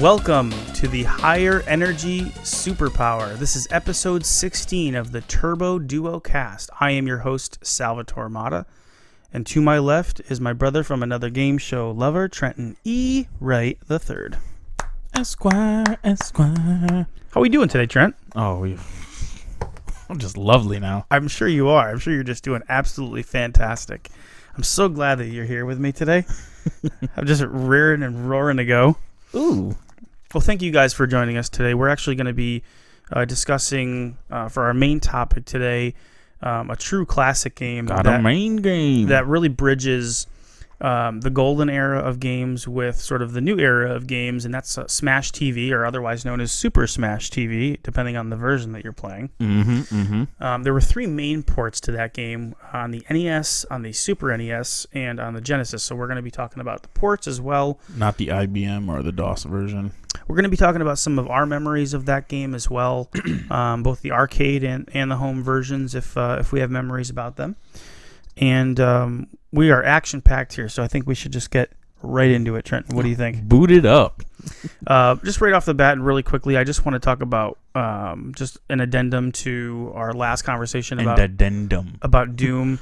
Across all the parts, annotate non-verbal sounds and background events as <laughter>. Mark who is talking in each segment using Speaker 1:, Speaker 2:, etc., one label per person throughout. Speaker 1: Welcome to the Higher Energy Superpower. This is episode 16 of the Turbo Duo Cast. I am your host, Salvatore Mata. And to my left is my brother from another game show, Lover Trenton E. Wright III.
Speaker 2: Esquire, Esquire.
Speaker 1: How we doing today, Trent?
Speaker 2: Oh, you. I'm just lovely now.
Speaker 1: I'm sure you are. I'm sure you're just doing absolutely fantastic. I'm so glad that you're here with me today. I'm just rearing and roaring to go.
Speaker 2: Ooh.
Speaker 1: Well, thank you guys for joining us today. We're actually going to be uh, discussing uh, for our main topic today um, a true classic game
Speaker 2: Got a
Speaker 1: that,
Speaker 2: main game.
Speaker 1: that really bridges um, the golden era of games with sort of the new era of games, and that's uh, Smash TV, or otherwise known as Super Smash TV, depending on the version that you're playing.
Speaker 2: mm-hmm, mm-hmm.
Speaker 1: Um, there were three main ports to that game on the NES, on the Super NES, and on the Genesis. So we're going to be talking about the ports as well.
Speaker 2: Not the IBM or the DOS version.
Speaker 1: We're going to be talking about some of our memories of that game as well, um, both the arcade and, and the home versions, if uh, if we have memories about them. And um, we are action packed here, so I think we should just get right into it, Trent. What do you think?
Speaker 2: Booted up.
Speaker 1: Uh, just right off the bat and really quickly, I just want to talk about um, just an addendum to our last conversation
Speaker 2: And
Speaker 1: about
Speaker 2: addendum.
Speaker 1: about Doom.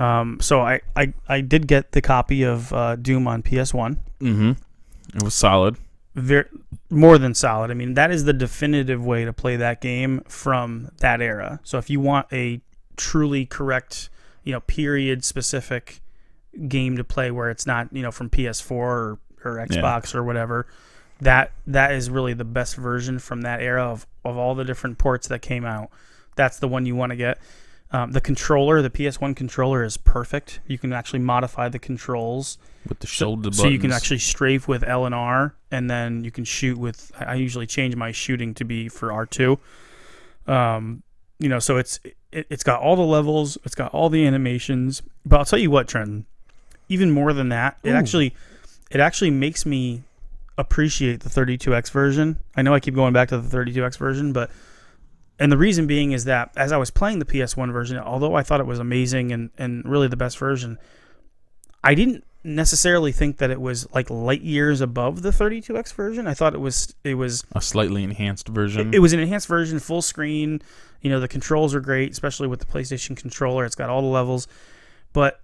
Speaker 1: Um, so I, I I did get the copy of uh, Doom on PS One.
Speaker 2: Mm-hmm. It was solid.
Speaker 1: ver- more than solid. I mean, that is the definitive way to play that game from that era. So if you want a truly correct, you know, period specific game to play where it's not, you know, from PS4 or, or
Speaker 2: Yeah.
Speaker 1: Xbox or whatever, that that is really the best version from that era of, of all the different ports that came out. That's the one you want to get. Um, the controller, the PS1 controller, is perfect. You can actually modify the controls
Speaker 2: With the shoulder
Speaker 1: so you can
Speaker 2: buttons.
Speaker 1: actually strafe with L and R, and then you can shoot with. I I usually change my shooting to be for R two. Um, you know, so it's it, it's got all the levels, it's got all the animations. But I'll tell you what, Trenton, even more than that, it
Speaker 2: Ooh.
Speaker 1: actually it actually makes me appreciate the 32x version. I know I keep going back to the 32x version, but and the reason being is that as I was playing the PS1 version, although I thought it was amazing and, and really the best version, I didn't necessarily think that it was like light years above the 32x version. I thought it was it was
Speaker 2: a slightly enhanced version.
Speaker 1: it was an enhanced version, full screen. You know, the controls are great, especially with the PlayStation controller. It's got all the levels, but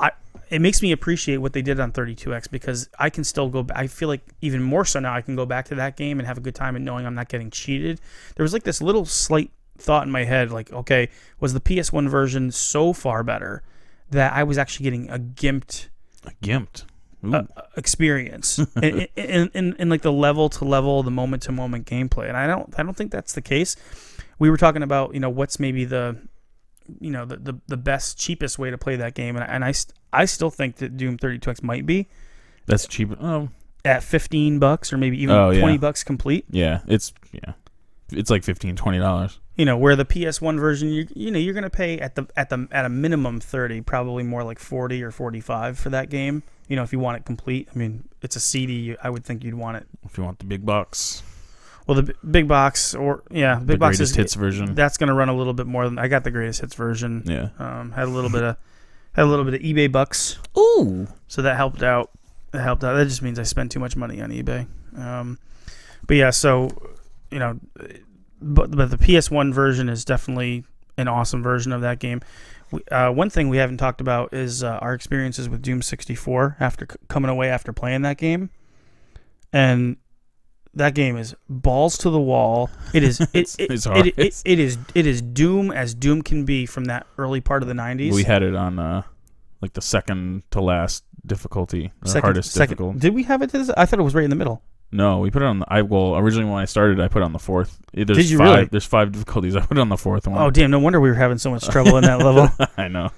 Speaker 1: I it makes me appreciate what they did on 32x because I can still go. ba- I feel like even more so now I can go back to that game and have a good time and knowing I'm not getting cheated. There was like this little slight thought in my head, like, okay, was the PS1 version so far better that I was actually getting a gimped
Speaker 2: gimped. Ooh.
Speaker 1: uh,
Speaker 2: <laughs>
Speaker 1: experience in, in, in, in like the level to level the moment to moment gameplay and i don't i don't think that's the case we were talking about you know what's maybe the you know the, the, the best cheapest way to play that game and, I- and I, st- I still think that doom 32x might be
Speaker 2: That's cheap. Oh,
Speaker 1: at 15 bucks or maybe even
Speaker 2: Oh, yeah.
Speaker 1: 20 bucks complete
Speaker 2: yeah. It's yeah. It's like 15 dollars.
Speaker 1: you know where the ps1 version you, you know you're going to pay at the at the at a minimum 30 probably more like 40 or 45 for that game you know if you want it complete i mean it's a cd i would think you'd want it
Speaker 2: If you want the big box,
Speaker 1: Well, the b- big box or yeah,
Speaker 2: the
Speaker 1: big box
Speaker 2: greatest
Speaker 1: is
Speaker 2: hits version.
Speaker 1: that's going to run a little bit more than I got the greatest hits version.
Speaker 2: yeah.
Speaker 1: Um, had a little bit of had a little bit of eBay bucks,
Speaker 2: Ooh.
Speaker 1: so that helped out. That helped out. That just means I spent too much money on eBay. Um, but yeah, so you know, but but the PS1 version is definitely an awesome version of that game. We, uh, one thing we haven't talked about is uh, our experiences with Doom 64 after c- coming away after playing that game, and that game is balls to the wall. It
Speaker 2: <laughs>
Speaker 1: is it,
Speaker 2: It's-
Speaker 1: it,
Speaker 2: it's
Speaker 1: it,
Speaker 2: hard.
Speaker 1: it, it is it is Doom as Doom can be from that early part of the 90s.
Speaker 2: We had it on uh, like the second to last difficulty, or hardest difficulty.
Speaker 1: Did we have it? To this? I thought it was right in the middle.
Speaker 2: No, we put it on the. I well, originally when I started, I put it on the fourth. Eh, There's
Speaker 1: Did you
Speaker 2: five,
Speaker 1: really?
Speaker 2: There's five difficulties. <laughs> I put it on the fourth one.
Speaker 1: Oh damn! No wonder we were having so much trouble in
Speaker 2: <laughs>
Speaker 1: that level.
Speaker 2: I know.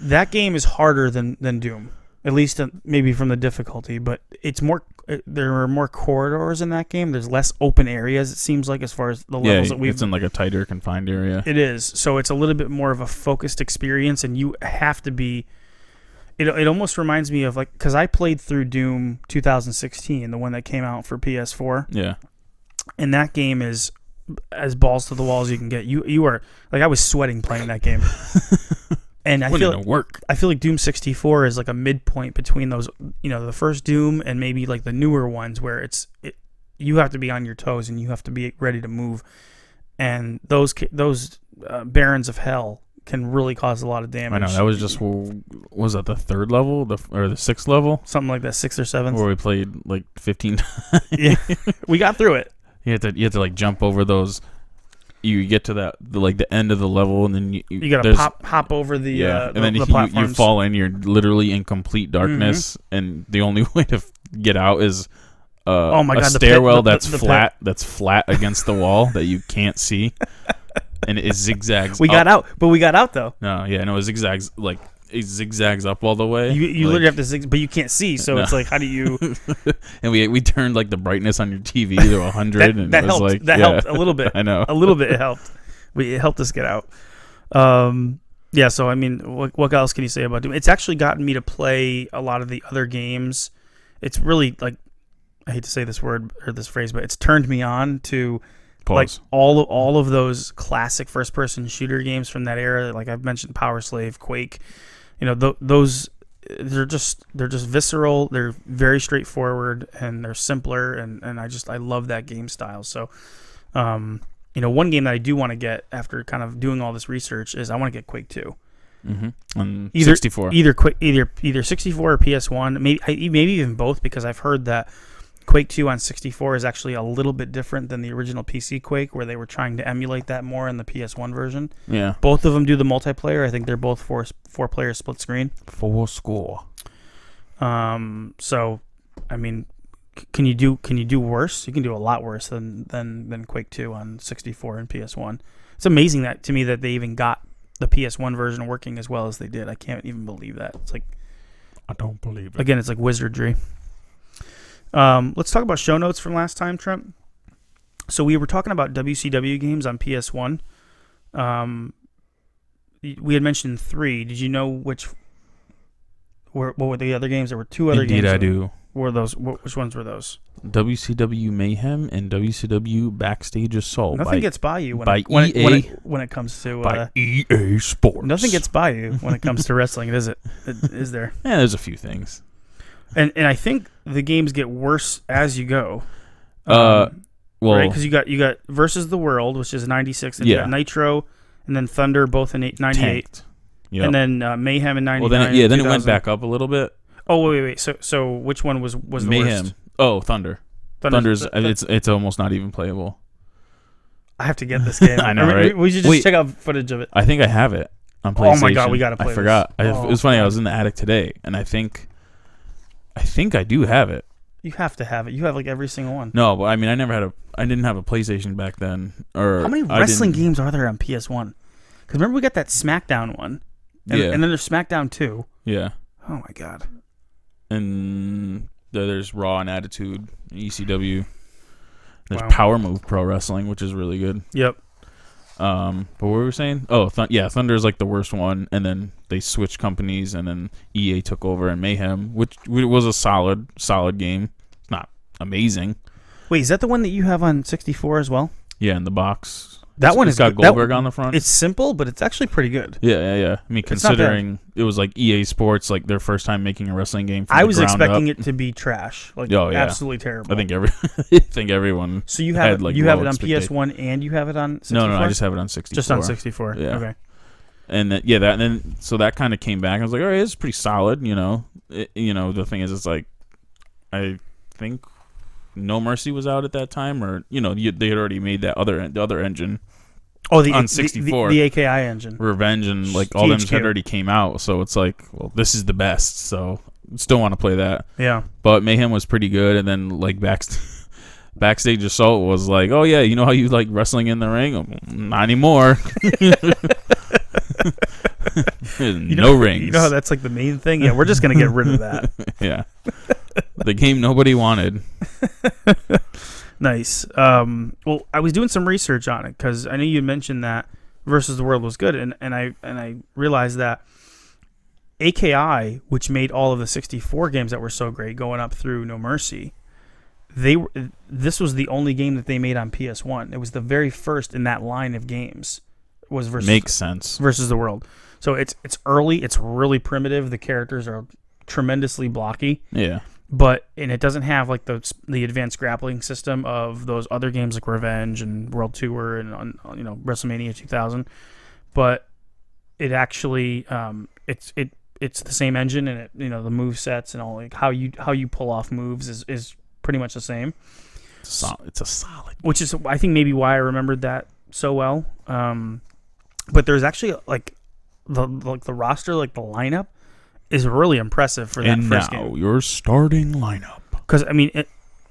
Speaker 1: that game is harder than than Doom, at least uh, maybe from the difficulty. But it's more. uh, There are more corridors in that game. There's less open areas. It seems like as far as the
Speaker 2: Yeah,
Speaker 1: levels that we've.
Speaker 2: it's in like a tighter confined area.
Speaker 1: it is so it's a little bit more of a focused experience, and you have to be. It, it almost reminds me of like because I played through Doom 2016, the one that came out for PS4
Speaker 2: yeah,
Speaker 1: and that game is as balls to the wall as you can get. You you are like I was sweating playing that
Speaker 2: <laughs>
Speaker 1: game, and I
Speaker 2: wouldn't
Speaker 1: feel
Speaker 2: even work.
Speaker 1: I feel like Doom 64 is like a midpoint between those you know the first Doom and maybe like the newer ones where it's it, you have to be on your toes and you have to be ready to move. And those ki- those uh, barons of hell can really cause a lot of damage.
Speaker 2: I know that was just w- was that the third level, the f- or the sixth level,
Speaker 1: something like that, sixth or seventh.
Speaker 2: where we played like fifteen. <laughs>
Speaker 1: yeah, we got through it.
Speaker 2: you had to you had to like jump over those. You get to that the, like the end of the level, and then you
Speaker 1: You got to
Speaker 2: there's-
Speaker 1: pop hop over the
Speaker 2: yeah,
Speaker 1: uh,
Speaker 2: and then
Speaker 1: the, the
Speaker 2: you- you, you
Speaker 1: platforms. Mm-hmm.
Speaker 2: fall in. You're literally in complete darkness, and the only <laughs> way to f- get out is uh,
Speaker 1: Oh my
Speaker 2: a
Speaker 1: God, the pit-
Speaker 2: stairwell
Speaker 1: the- the-
Speaker 2: that's
Speaker 1: the pit.
Speaker 2: flat, that's flat against the wall that you
Speaker 1: <laughs>
Speaker 2: can't see, and it zigzags.
Speaker 1: We got
Speaker 2: up.
Speaker 1: out, but we got out though.
Speaker 2: No, yeah, no, it zigzags like it zigzags up all the way.
Speaker 1: You, you
Speaker 2: like-
Speaker 1: literally have to, zig, but you can't see, so
Speaker 2: No.
Speaker 1: it's like, how do
Speaker 2: <laughs>
Speaker 1: you?
Speaker 2: and we we turned like the brightness on
Speaker 1: <laughs>
Speaker 2: your TV to hundred,
Speaker 1: That,
Speaker 2: and
Speaker 1: that
Speaker 2: it was
Speaker 1: helped.
Speaker 2: like
Speaker 1: that
Speaker 2: yeah,
Speaker 1: helped a little bit.
Speaker 2: <laughs> I know.
Speaker 1: a little bit it helped. We it helped us get out. Um, yeah. So I mean, what, what else can you say about Doom? It's actually gotten me to play a lot of the other games. It's really like I hate to say this word or this phrase, but it's turned me on to like
Speaker 2: Pause.
Speaker 1: all of all of those classic first person shooter games from that era. Like I've mentioned, Power Slave, Quake. You know th- those. They're just they're just visceral. They're very straightforward and they're simpler. And, and I just I love that game style. So, um, you know, one game that I do want to get after kind of doing all this research is I want to get Quake Two.
Speaker 2: mm-hmm. on
Speaker 1: Either- e
Speaker 2: sixty four.
Speaker 1: Either Quake, either either 64 or PS One. Maybe I- maybe even both because I've heard that Quake Two on 64 is actually a little bit different than the original PC Quake, where they were trying to emulate that more in the PS One version.
Speaker 2: Yeah,
Speaker 1: Both of them do the multiplayer. I think they're both four four player split screen.
Speaker 2: four score.
Speaker 1: Um, so, I mean, c- can you do can you do worse? You can do a lot worse than than than Quake Two on 64 and PS One. It's amazing that to me that they even got the PS One version working as well as they did. I can't even believe that. It's like
Speaker 2: I don't believe it.
Speaker 1: again, it's like wizardry. Um, let's talk about show notes from last time, Trent. So we were talking about WCW games on PS One. Um, y- we had mentioned three. Did you know which? Were, what were the other games? There were two other
Speaker 2: Indeed,
Speaker 1: games.
Speaker 2: I
Speaker 1: that-
Speaker 2: do.
Speaker 1: were those wh- which ones were those
Speaker 2: WCW Mayhem and WCW Backstage Assault
Speaker 1: nothing
Speaker 2: Oh, by,
Speaker 1: gets by you when,
Speaker 2: by
Speaker 1: it, when, it, when,
Speaker 2: EA.
Speaker 1: it, when it comes to
Speaker 2: by
Speaker 1: uh,
Speaker 2: EA Sports.
Speaker 1: nothing gets by you when it
Speaker 2: <laughs>
Speaker 1: comes to wrestling is it is there
Speaker 2: Yeah, there's a few things.
Speaker 1: and and i think the games get worse as you go Um,
Speaker 2: Uh, Well,
Speaker 1: because you got you got versus the world which is 96 and you got
Speaker 2: Yeah.
Speaker 1: nitro and then thunder both in eight, 98
Speaker 2: tanked. Yeah.
Speaker 1: and then uh, mayhem in 99
Speaker 2: well, then it, yeah, then it went
Speaker 1: 2000.
Speaker 2: back up a little bit.
Speaker 1: oh wait wait wait so so which one was was the
Speaker 2: Mayhem.
Speaker 1: worst
Speaker 2: Oh, Thunder. Thunder's.
Speaker 1: th- th-
Speaker 2: it's it's almost not even playable.
Speaker 1: i have to get
Speaker 2: <laughs>
Speaker 1: this game
Speaker 2: I know,
Speaker 1: mean,
Speaker 2: right?
Speaker 1: we should just
Speaker 2: Wait.
Speaker 1: check out footage of it
Speaker 2: I think I have it on PlayStation.
Speaker 1: Oh my God, we gotta play
Speaker 2: I
Speaker 1: this.
Speaker 2: forgot. I,
Speaker 1: Oh.
Speaker 2: it was funny. I was in the attic today, and I think, I think I do have it.
Speaker 1: you have to have it you have like every single one
Speaker 2: No, but I mean, I never had a. I didn't have a PlayStation back then. Or
Speaker 1: How many
Speaker 2: I
Speaker 1: wrestling
Speaker 2: didn't-
Speaker 1: games are there on PS One? Because remember we got that SmackDown one, and,
Speaker 2: Yeah,
Speaker 1: and then there's SmackDown Two.
Speaker 2: yeah,
Speaker 1: Oh my god!
Speaker 2: and there- there's Raw and Attitude, ECW. There's
Speaker 1: Wow.
Speaker 2: Power Move Pro Wrestling, which is really good.
Speaker 1: Yep.
Speaker 2: Um, but what were we saying? Oh, Thun yeah, Thunder is like the worst one, and then they switched companies, and then EA took over and Mayhem, which w- was a solid, solid game. It's not amazing.
Speaker 1: Wait, is that the one that you have on 64 as well?
Speaker 2: Yeah, in the box.
Speaker 1: That
Speaker 2: It's-
Speaker 1: one
Speaker 2: it's
Speaker 1: is
Speaker 2: got
Speaker 1: good. That-
Speaker 2: Goldberg on the front.
Speaker 1: It's simple, but it's actually pretty good.
Speaker 2: yeah, yeah, yeah. I mean,
Speaker 1: It's not bad.
Speaker 2: considering it was like EA Sports, like their first time making a wrestling game. From
Speaker 1: I
Speaker 2: the
Speaker 1: was
Speaker 2: ground
Speaker 1: expecting E
Speaker 2: up,
Speaker 1: it to be trash, like
Speaker 2: Oh, yeah.
Speaker 1: absolutely terrible.
Speaker 2: I think every, <laughs> I think everyone.
Speaker 1: so. You
Speaker 2: I
Speaker 1: have
Speaker 2: had,
Speaker 1: it,
Speaker 2: like,
Speaker 1: you have
Speaker 2: low
Speaker 1: it on
Speaker 2: expectation.
Speaker 1: PS One and you have it on 64?
Speaker 2: No, no, no, I just have it on sixty.
Speaker 1: Just on 64.
Speaker 2: Yeah.
Speaker 1: Okay.
Speaker 2: and then, yeah, that and then so that kind of came back. I was like, all right, it's pretty solid, you know. It- you know, the thing is, it's like, I think No Mercy was out at that time, or you know, you, they had already made that other the other engine,
Speaker 1: Oh, the
Speaker 2: On
Speaker 1: the- the-
Speaker 2: 64.
Speaker 1: the, AKI engine.
Speaker 2: Revenge, and like all them
Speaker 1: THQ.
Speaker 2: had already came out. So it's like, well, this is the best. So still want to play that,
Speaker 1: Yeah.
Speaker 2: but Mayhem was pretty good, and then like back. <laughs> Backstage assault was like, oh yeah, you know how you like wrestling in the ring?
Speaker 1: <laughs>
Speaker 2: Not anymore. <laughs> no
Speaker 1: You know,
Speaker 2: rings.
Speaker 1: You know how that's like the main thing. Yeah, we're just gonna get rid of
Speaker 2: <laughs>
Speaker 1: that.
Speaker 2: Yeah. the game
Speaker 1: <laughs>
Speaker 2: nobody wanted.
Speaker 1: Nice. Um, well, I was doing some research on it because I know you mentioned that versus the world was good, and, and I and I realized that AKI, which made all of the 64 games that were so great, going up through No Mercy, they were this was the only game that they made on PS1. It was the very first in that line of games was versus
Speaker 2: Makes sense.
Speaker 1: versus the world. So it's it's early. It's really primitive. The characters are tremendously blocky
Speaker 2: Yeah.
Speaker 1: but and it doesn't have like the the advanced grappling system of those other games like Revenge and World Tour and on, you know WrestleMania 2000, but it actually um, it's it it's the same engine and it you know the move sets and all like how you how you pull off moves is is pretty much the same,
Speaker 2: Sol- it's a solid.
Speaker 1: which is I think maybe why I remembered that so well. Um, but there's actually like the like the roster like the lineup is really impressive for that
Speaker 2: and now
Speaker 1: first game.
Speaker 2: your starting lineup.
Speaker 1: because I mean, it,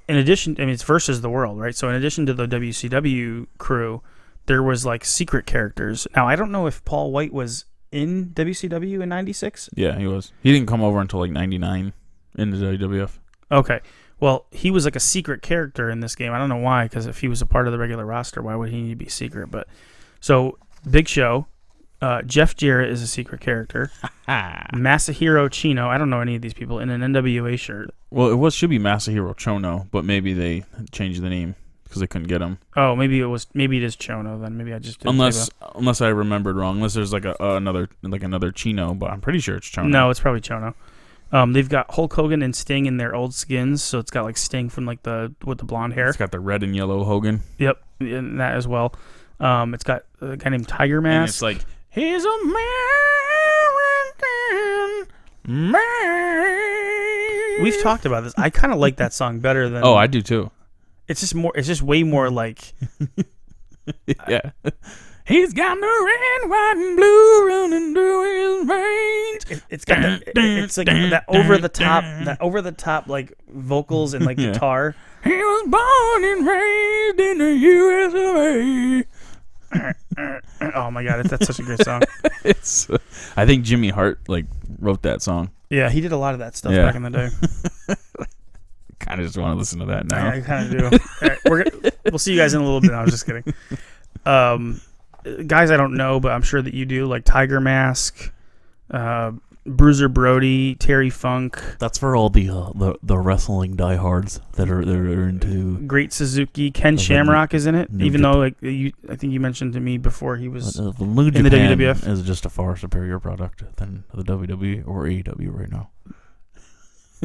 Speaker 1: in addition, I mean, it's versus the world, right? So in addition to the WCW crew, there was like secret characters. Now I don't know if Paul White was in WCW in '96.
Speaker 2: Yeah, he was. He didn't come over until like '99 in the WWF.
Speaker 1: Okay, well he was like a secret character in this game. I don't know why, because if he was a part of the regular roster, why would he need to be secret? But so Big Show, uh, Jeff Jarrett is a secret character. Ah. Masahiro Chino, I don't know any of these people in an NWA shirt.
Speaker 2: Well, it was should be Masahiro Chono, but maybe they changed the name because they couldn't get him.
Speaker 1: Oh, maybe it was maybe it is Chono then. Maybe I just didn't think
Speaker 2: unless unless I remembered wrong. Unless there's like a, uh, another like another Chino, but I'm pretty sure it's Chono.
Speaker 1: No, it's probably Chono. Um, they've got Hulk Hogan and Sting in their old skins, so it's got like Sting from like the with the blonde hair.
Speaker 2: it's got the red and yellow Hogan.
Speaker 1: Yep, and that as well. Um, it's got a guy named Tiger
Speaker 2: And
Speaker 1: Mask.
Speaker 2: it's like he's American man.
Speaker 1: We've talked about this. I kind of like that song better than.
Speaker 2: Oh, I do too. <laughs>
Speaker 1: It's just more. It's just way more like.
Speaker 2: yeah. He's got the red, white, and blue running through his veins.
Speaker 1: it- It's got. That, it's like that over the top. That over the top like vocals and like
Speaker 2: <laughs> Yeah.
Speaker 1: guitar.
Speaker 2: He was born and raised in the U.S. of A.
Speaker 1: Oh my god, that's such a great
Speaker 2: <laughs>
Speaker 1: song.
Speaker 2: It's, I think Jimmy Hart like wrote that song.
Speaker 1: Yeah, he did a lot of that stuff
Speaker 2: Yeah.
Speaker 1: back in the day.
Speaker 2: Kind of just want to listen to that now.
Speaker 1: I, kind of do. All right, we're gonna, we'll see you guys in a little bit. No, I was just kidding. Um, guys, I don't know, but I'm sure that you do. Like Tiger Mask, uh, Bruiser Brody, Terry Funk,
Speaker 3: That's for all the uh, the, the wrestling diehards that are that are into
Speaker 1: Great Suzuki, Ken
Speaker 3: Of the
Speaker 1: Shamrock is in it.
Speaker 3: New
Speaker 1: Even
Speaker 3: Jap-
Speaker 1: though like you, I think you mentioned to me before he was.
Speaker 3: uh, the New
Speaker 1: in the
Speaker 3: Japan
Speaker 1: WWF.
Speaker 3: is just a far superior product than the WWE or AEW right now.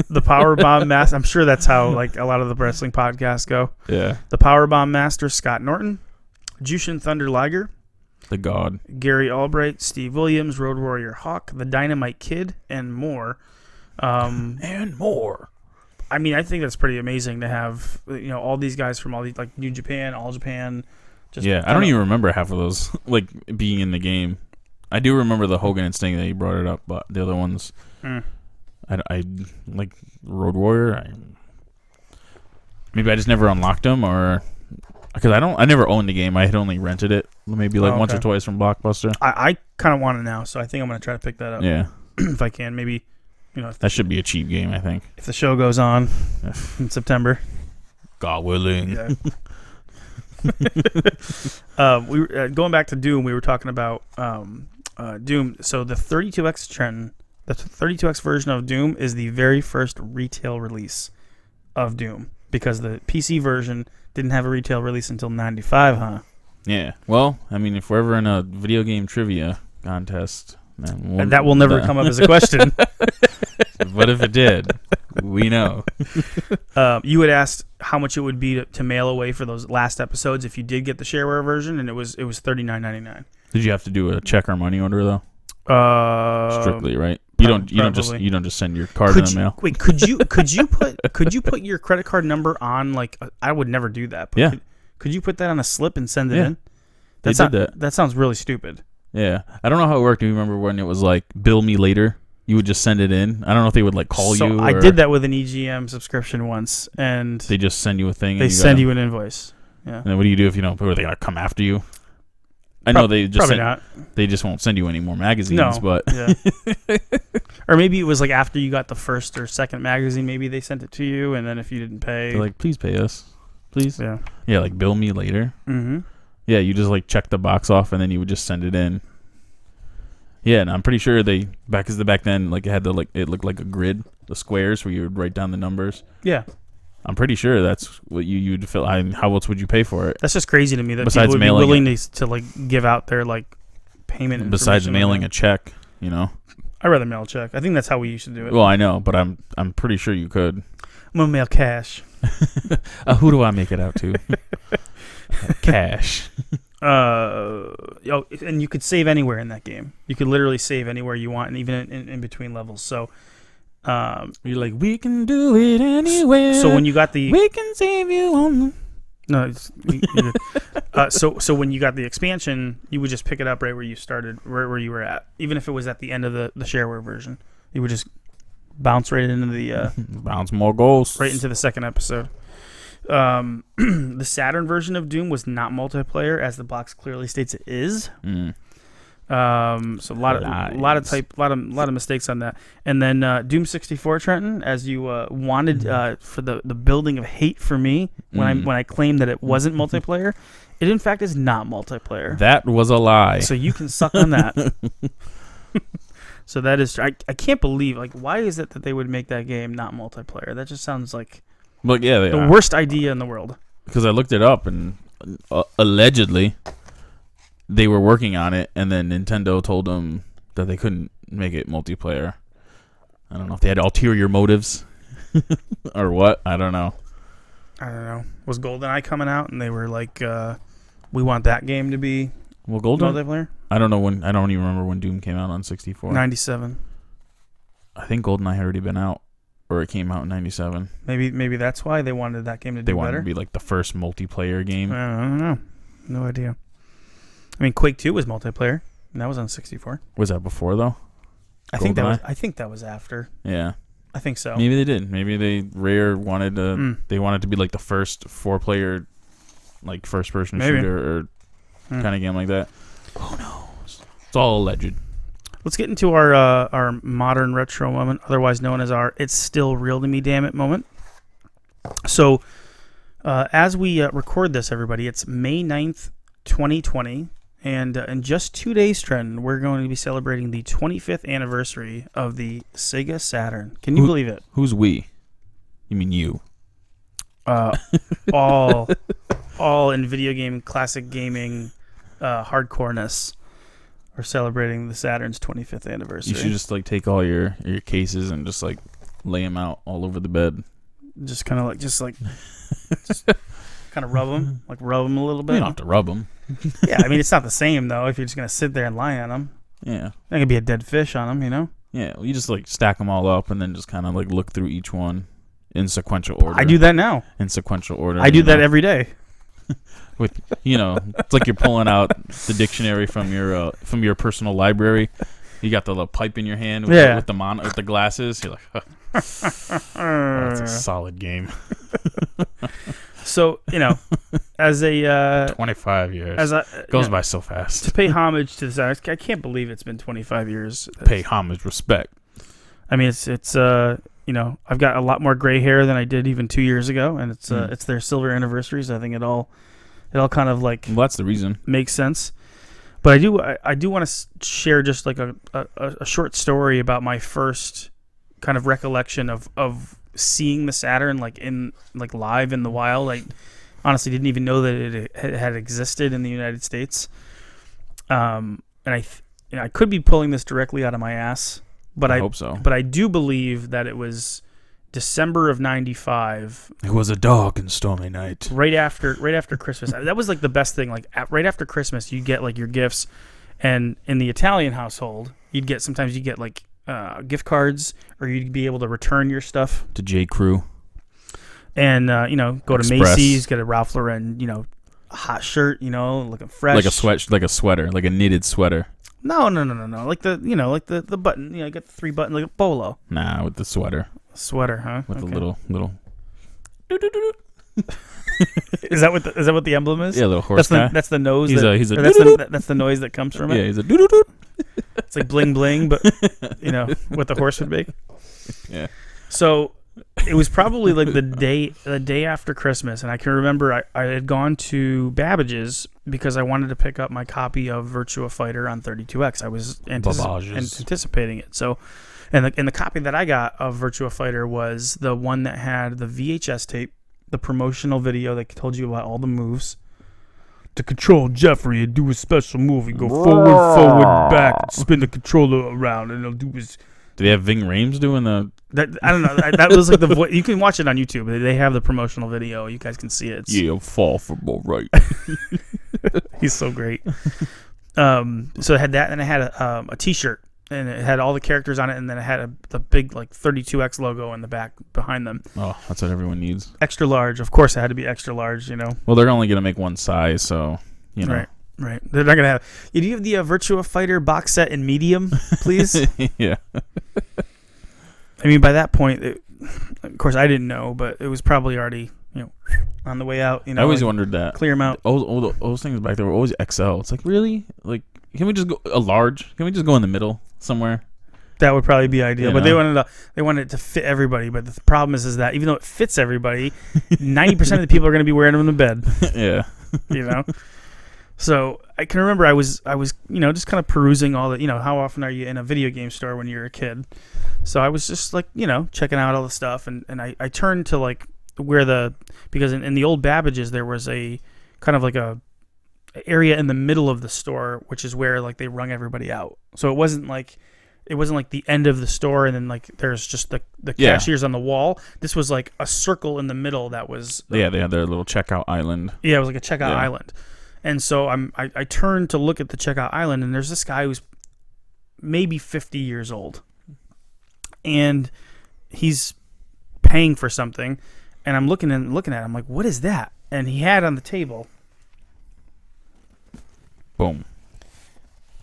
Speaker 1: the power bomb master. I'm sure that's how like a lot of the wrestling podcasts go.
Speaker 2: Yeah,
Speaker 1: The power bomb master Scott Norton, Jushin Thunder Liger,
Speaker 2: the God.
Speaker 1: Gary Albright, Steve Williams, Road Warrior Hawk, The Dynamite Kid, and more. Um,
Speaker 2: And more.
Speaker 1: I mean, I think that's pretty amazing to have you know all these guys from all these like New Japan, All Japan. Just
Speaker 2: yeah, I don't even remember half of those <laughs> like being in the game. I do remember the Hogan and Sting that you brought it up, but the other ones,
Speaker 1: Mm.
Speaker 2: I, I like Road Warrior. I, maybe I just never unlocked them, or because I don't, I never owned the game. I had only rented it maybe like
Speaker 1: Oh,
Speaker 2: once or
Speaker 1: okay.
Speaker 2: twice from Blockbuster.
Speaker 1: I, I kind of want it now, so I think I'm gonna try to pick that up
Speaker 2: Yeah,
Speaker 1: <clears throat> if I can. Maybe you know if,
Speaker 2: that should be a cheap game, I think.
Speaker 1: if the show goes on
Speaker 2: <laughs>
Speaker 1: in September.
Speaker 2: God willing.
Speaker 1: Yeah. <laughs> uh, we were, uh, going back to Doom. We were talking about um, uh, Doom. So the 32x trend, the 32x version of Doom is the very first retail release of Doom because the PC version didn't have a retail release until '95, huh?
Speaker 2: Yeah. Well, I mean, if we're ever in a video game trivia contest, then we'll,
Speaker 1: And that will
Speaker 2: <laughs>
Speaker 1: never come up as a question. <laughs>
Speaker 2: But if it did, we know.
Speaker 1: um, you had asked how much it would be to, to mail away for those last episodes if you did get the shareware version, and it was it was thirty nine ninety nine.
Speaker 2: Did you have to do a check or money order though?
Speaker 1: Uh,
Speaker 2: Strictly, right? You don't. You don't just.
Speaker 1: probably.
Speaker 2: You don't just send your card in
Speaker 1: could
Speaker 2: the
Speaker 1: you,
Speaker 2: mail.
Speaker 1: Wait, could you could
Speaker 2: <laughs>
Speaker 1: you put could you put your credit card number on like a- I would never do that. But
Speaker 2: Yeah.
Speaker 1: Could, could you put that on a slip and send it
Speaker 2: Yeah.
Speaker 1: in?
Speaker 2: They
Speaker 1: That
Speaker 2: did
Speaker 1: sound-
Speaker 2: that.
Speaker 1: That sounds really stupid.
Speaker 2: Yeah. I don't know how it worked. Do you remember when it was like bill me later? You would just send it in. I don't know if they would like call
Speaker 1: so
Speaker 2: you.
Speaker 1: I
Speaker 2: or
Speaker 1: did that with an EGM subscription once, and they,
Speaker 2: They just send you a thing. and you
Speaker 1: send
Speaker 2: gotta-
Speaker 1: you an invoice. Yeah.
Speaker 2: And then what do you do if you don't? Are they gonna come after you? I
Speaker 1: Prob-
Speaker 2: know they just
Speaker 1: Probably
Speaker 2: send,
Speaker 1: not.
Speaker 2: they just won't send you any more magazines,
Speaker 1: No.
Speaker 2: but
Speaker 1: Yeah.
Speaker 2: <laughs>
Speaker 1: or maybe it was like after you got the first or second magazine, maybe they sent it to you, and then if you didn't pay,
Speaker 2: they're like, please pay us, please.
Speaker 1: yeah.
Speaker 2: Yeah, like bill me later.
Speaker 1: Mm-hmm.
Speaker 2: Yeah, you just like check the box off and then you would just send it in. Yeah, and I'm pretty sure they back is the back then like it had the like it looked like a grid, the squares where you would write down the numbers.
Speaker 1: Yeah.
Speaker 2: I'm pretty sure that's what you you'd fill. I mean, how else would you pay for it
Speaker 1: That's just crazy to me that
Speaker 2: Besides
Speaker 1: people would be
Speaker 2: mailing
Speaker 1: willing to, to like give out their like payment
Speaker 2: besides
Speaker 1: information like
Speaker 2: mailing
Speaker 1: that.
Speaker 2: a check? You know,
Speaker 1: I'd rather mail a check. I think that's how we used to do it.
Speaker 2: Well, I know, but I'm I'm pretty sure you could.
Speaker 1: I'm gonna mail cash.
Speaker 2: Uh, who do I make it out <laughs> to? Cash.
Speaker 1: Uh, oh, and you could save anywhere in that game. You could literally save anywhere you want, and even in, in, in between levels. So, um,
Speaker 2: You're like, we can do it anywhere.
Speaker 1: so when you got the
Speaker 2: Uh, we can save you on. The-
Speaker 1: No, it's, you- you did. <laughs> uh, so so when you got the expansion, you would just pick it up right where you started, right where you were at, even if it was at the end of the, the shareware version. You would just bounce right into the uh,
Speaker 2: <laughs> Bounce more goals.
Speaker 1: right into the second episode. Um, <clears throat> the Saturn version of Doom was not multiplayer, as the box clearly states it is.
Speaker 2: Mm.
Speaker 1: Um, so a lot of
Speaker 2: Lies.
Speaker 1: lot of type, lot of lot of mistakes on that. And then uh, Doom sixty four, Trenton, as you uh, wanted
Speaker 2: Mm-hmm.
Speaker 1: uh, for the the building of hate for me when I
Speaker 2: Mm.
Speaker 1: when I claimed that it wasn't multiplayer, it in fact is not multiplayer.
Speaker 2: That was a lie.
Speaker 1: so you can suck on
Speaker 2: <laughs>
Speaker 1: that. so that is, I, I can't believe like why is it that they would make that game not multiplayer? That just sounds like
Speaker 2: But yeah, they
Speaker 1: the
Speaker 2: are.
Speaker 1: worst idea in the world.
Speaker 2: because I looked it up and uh, allegedly they were working on it, and then Nintendo told them that they couldn't make it multiplayer. I don't know if they had ulterior motives <laughs> or what. I don't know.
Speaker 1: I don't know. Was GoldenEye coming out and they were like, uh, we want that game to be
Speaker 2: Well, Golden.
Speaker 1: multiplayer?
Speaker 2: I don't know when. I don't even remember when Doom came out on 64.
Speaker 1: Ninety seven.
Speaker 2: I think Goldeneye had already been out, or it came out in 97.
Speaker 1: Maybe maybe that's why they wanted that game to
Speaker 2: They
Speaker 1: do
Speaker 2: wanted
Speaker 1: better.
Speaker 2: to be like the first multiplayer game.
Speaker 1: I don't know. No idea. I mean, Quake Two was multiplayer. And that was on sixty four.
Speaker 2: Was that before though?
Speaker 1: I think that was.
Speaker 2: GoldenEye?
Speaker 1: I think that was after.
Speaker 2: Yeah.
Speaker 1: I think so.
Speaker 2: Maybe they did. Maybe they Rare wanted to.
Speaker 1: Mm.
Speaker 2: They wanted to be like the first four player, like first person
Speaker 1: Maybe.
Speaker 2: shooter or
Speaker 1: Hmm.
Speaker 2: kind of game like that. Who knows? It's all alleged.
Speaker 1: Let's get into our uh, our modern retro moment, otherwise known as our "It's still real to me, damn it" moment. So, uh, as we uh, record this, everybody, it's May 9th, 2020, and uh, in just two days, Trenton, we're going to be celebrating the 25th anniversary of the Sega Saturn. Can you
Speaker 2: Who-
Speaker 1: believe it?
Speaker 2: Who's we? You mean you?
Speaker 1: uh, all all in video game classic gaming uh, hardcoreness are celebrating the Saturn's 25th anniversary.
Speaker 2: You should just like take all your your cases and just like lay them out all over the bed.
Speaker 1: just kind of like just like just kind of rub them, like rub them a little
Speaker 2: You
Speaker 1: bit.
Speaker 2: don't have to rub them.
Speaker 1: yeah, I mean it's not the same though if you're just gonna sit there and lie on them.
Speaker 2: Yeah.
Speaker 1: There could be a dead fish on them, you know.
Speaker 2: Yeah. Well, you just like stack them all up and then just kind of like look through each one in sequential order.
Speaker 1: I do that now.
Speaker 2: in sequential order.
Speaker 1: I do
Speaker 2: you
Speaker 1: that
Speaker 2: know?
Speaker 1: every day.
Speaker 2: you know, it's like you're pulling out the dictionary from your uh, from your personal library. You got the little pipe in your hand with,
Speaker 1: Yeah.
Speaker 2: the, with the mon- with the glasses. You're like, huh,
Speaker 1: Uh.
Speaker 2: that's a solid game.
Speaker 1: so you
Speaker 2: <laughs>
Speaker 1: know, as a uh,
Speaker 2: Twenty five years
Speaker 1: as a
Speaker 2: goes by so fast.
Speaker 1: to pay homage to the Saturn, I can't believe it's been 25 years.
Speaker 2: Pay homage, respect.
Speaker 1: I mean, it's it's uh you know I've got a lot more gray hair than I did even two years ago, and it's uh,
Speaker 2: Mm.
Speaker 1: it's their silver anniversary, so I think it all it all kind of like
Speaker 2: Well, that's the reason.
Speaker 1: makes sense. But I do I, I do want to share just like a, a a short story about my first kind of recollection of of seeing the Saturn like in like live in the wild. I honestly didn't even know that it had- had existed in the United States. Um, and I th- you know, I could be pulling this directly out of my ass, but
Speaker 2: I,
Speaker 1: I,
Speaker 2: hope so.
Speaker 1: but I do believe that it was December of '95,
Speaker 2: It was a dark and stormy night.
Speaker 1: right after right after
Speaker 2: <laughs>
Speaker 1: Christmas. that was like the best thing. Like at, right after Christmas, you get like your gifts, and in the Italian household, you'd get sometimes you get like uh, gift cards, or you'd be able to return your stuff
Speaker 2: To J Crew,
Speaker 1: and uh, you know go to
Speaker 2: Express.
Speaker 1: Macy's, get a Ralph Lauren, you know, hot shirt, you know, looking fresh,
Speaker 2: like a sweat, like a sweater, like a knitted sweater.
Speaker 1: No, no, no, no, no, like the you know like the the button, you know, get the three button like a polo
Speaker 2: Nah, with the sweater,
Speaker 1: sweater,
Speaker 2: <laughs>
Speaker 1: huh?
Speaker 2: with the
Speaker 1: Okay.
Speaker 2: little little
Speaker 1: is that what the, is that what the emblem is?
Speaker 2: yeah, little
Speaker 1: That's
Speaker 2: horse guy.
Speaker 1: the, that's the nose.
Speaker 2: He's
Speaker 1: that,
Speaker 2: a- he's a
Speaker 1: or that's,
Speaker 2: <laughs>
Speaker 1: the, that's the noise that comes from it.
Speaker 2: yeah, he's a doo doo doo.
Speaker 1: It's like bling bling,
Speaker 2: <laughs>
Speaker 1: but you know what the horse would make.
Speaker 2: Yeah.
Speaker 1: So it was probably like the day the day after Christmas, and I can remember I, I had gone to Babbage's because I wanted to pick up my copy of Virtua Fighter on 32X. I was antici-
Speaker 2: Babbage's.
Speaker 1: an- anticipating it. So and the and the copy that I got of Virtua Fighter was the one that had the VHS tape, the promotional video that told you about all the moves. to control Jeffrey and do his special move and go forward, forward, back, and spin the controller around, and he'll do his.
Speaker 2: Do they have Ving Rhames doing the?
Speaker 1: That, I don't know. That, that was like the voice. You can watch it on YouTube. They- They have the promotional video. You guys can see it. It's-
Speaker 2: Yeah, fall for more right.
Speaker 1: <laughs> He's so great. Um, so I had that, and I had a, um, a T-shirt, and it had all the characters on it, and then it had a, the big like 32x logo in the back behind them.
Speaker 2: Oh, that's what everyone needs.
Speaker 1: Extra large, of course, it had to be extra large. You know,
Speaker 2: Well, they're only gonna make one size, so you know.
Speaker 1: right, right. They're not gonna have. Do you have the uh, Virtua Fighter box set in medium,
Speaker 2: <laughs>
Speaker 1: please?
Speaker 2: <laughs> yeah.
Speaker 1: I mean, by that point, it, of course, I didn't know, but it was probably already you know on the way out. You know,
Speaker 2: I always
Speaker 1: like,
Speaker 2: wondered that.
Speaker 1: clear them out.
Speaker 2: All, all, the- all those things back there were always XL. It's like really, like can we just go a large? Can we just go in the middle somewhere? <laughs>
Speaker 1: That would probably be ideal,
Speaker 2: You
Speaker 1: but they
Speaker 2: know.
Speaker 1: wanted to, they wanted it to fit everybody. But the th- problem is, is that even though it fits everybody, ninety percent of the people are going to be wearing them in bed.
Speaker 2: yeah.
Speaker 1: <laughs> You know, so I can remember I was I was you know just kind of perusing all the you know how often are you in a video game store when you're a kid? So I was just like you know checking out all the stuff, and and I I turned to like where the because in, in the old Babbage's there was a kind of like a area in the middle of the store which is where like they wrung everybody out. So it wasn't like it wasn't like the end of the store and then like there's just the the
Speaker 2: Yeah.
Speaker 1: cashiers on the wall. This was like a circle in the middle that was
Speaker 2: Yeah, they had their little checkout island.
Speaker 1: yeah, it was like a checkout
Speaker 2: Yeah.
Speaker 1: island. And so I'm I, I turned to look at the checkout island and there's this guy who's maybe 50 years old. And he's paying for something and I'm looking and looking at him like what is that? And he had on the table
Speaker 2: Boom.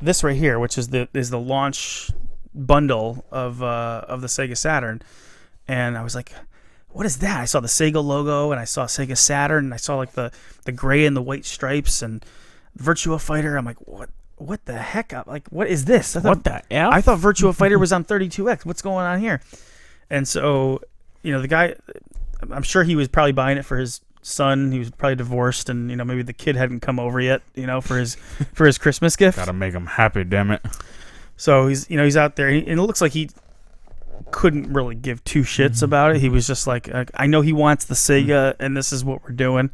Speaker 1: this right here, which is the is the launch bundle of uh, of the Sega Saturn, and I was like, "What is that?" I saw the Sega logo, and I saw Sega Saturn, and I saw like the the gray and the white stripes and Virtua Fighter. I'm like, "What? What the heck? I'm like, what is this?" I thought,
Speaker 2: the F?
Speaker 1: I thought Virtua Fighter was on 32X. What's going on here? And so, you know, the guy, I'm sure he was probably buying it for his son. He was probably divorced, and you know, maybe the kid hadn't come over yet. You know, for his for his Christmas gift.
Speaker 2: Gotta make them happy, damn it.
Speaker 1: So he's you know he's out there, and and it looks like he couldn't really give two shits about it. He was just like, uh, I know he wants the Sega, and this is what we're doing.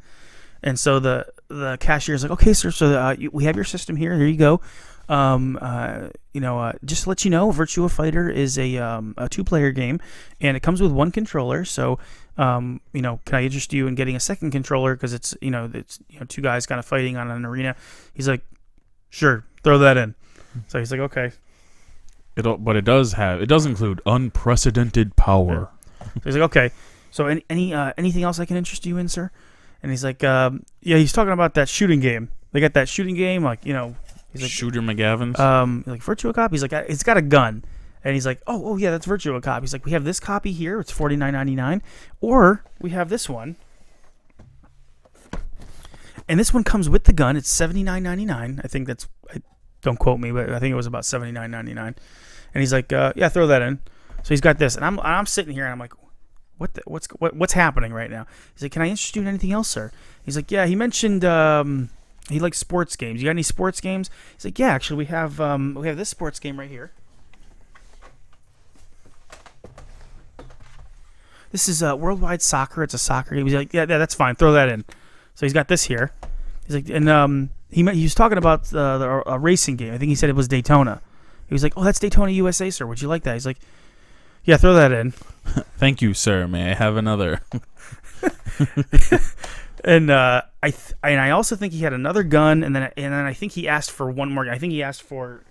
Speaker 1: And so the the cashier's like, okay, sir, so uh, you, we have your system here. Here you go. Um, uh, you know, uh, just to let you know, Virtua Fighter is a um, a two player game, and it comes with one controller. So, um, you know, can I interest you in getting a second controller because it's you know it's you know two guys kind of fighting on an arena. He's like, sure, throw that in. So he's like, okay.
Speaker 2: It all, but it does have it does include unprecedented power.
Speaker 1: So <laughs> he's like, okay. So any, any uh, anything else I can interest you in, sir? And he's like, um, yeah, he's talking about that shooting game. They got that shooting game, like you know, he's like,
Speaker 2: Shooter McGavin's.
Speaker 1: um, like Virtua Cop. He's like, "Uh, it's got a gun, and he's like, oh, oh yeah, that's Virtua Cop. He's like, we have this copy here. It's forty nine ninety nine, or we have this one, and this one comes with the gun. It's seventy nine ninety nine. I think that's. I, don't quote me, but I think it was about seventy nine ninety nine. And he's like, uh, yeah, throw that in. So he's got this, and I'm I'm sitting here and I'm like. What the, what's what, what's happening right now? He's like, can I interest you in anything else, sir? He's like, yeah. He mentioned um, he likes sports games. You got any sports games? He's like, yeah, actually, we have um, we have this sports game right here. This is uh, worldwide soccer. It's a soccer game. He's like, yeah, yeah, that's fine. Throw that in. So he's got this here. He's like, and um, he me- he was talking about uh, the, a racing game. I think he said it was Daytona. He was like, oh, that's Daytona USA, sir. Would you like that? He's like, yeah, throw that in.
Speaker 2: Thank you, sir. May I have another?
Speaker 1: And uh, I th- and I also think he had another gun, and then and then I think he asked for one more. I think he asked for,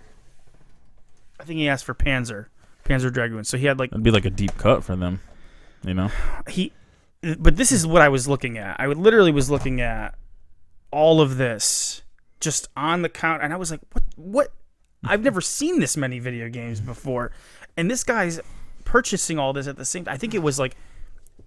Speaker 1: I think he asked for Panzer, Panzer Dragoon. So he had like
Speaker 2: That'd be like a deep cut for them. You know?
Speaker 1: he, but this is what I was looking at. I would- literally was looking at all of this just on the count, and I was like, what what? I've never seen this many video games before, and this guy's purchasing all this at the same. I think it was like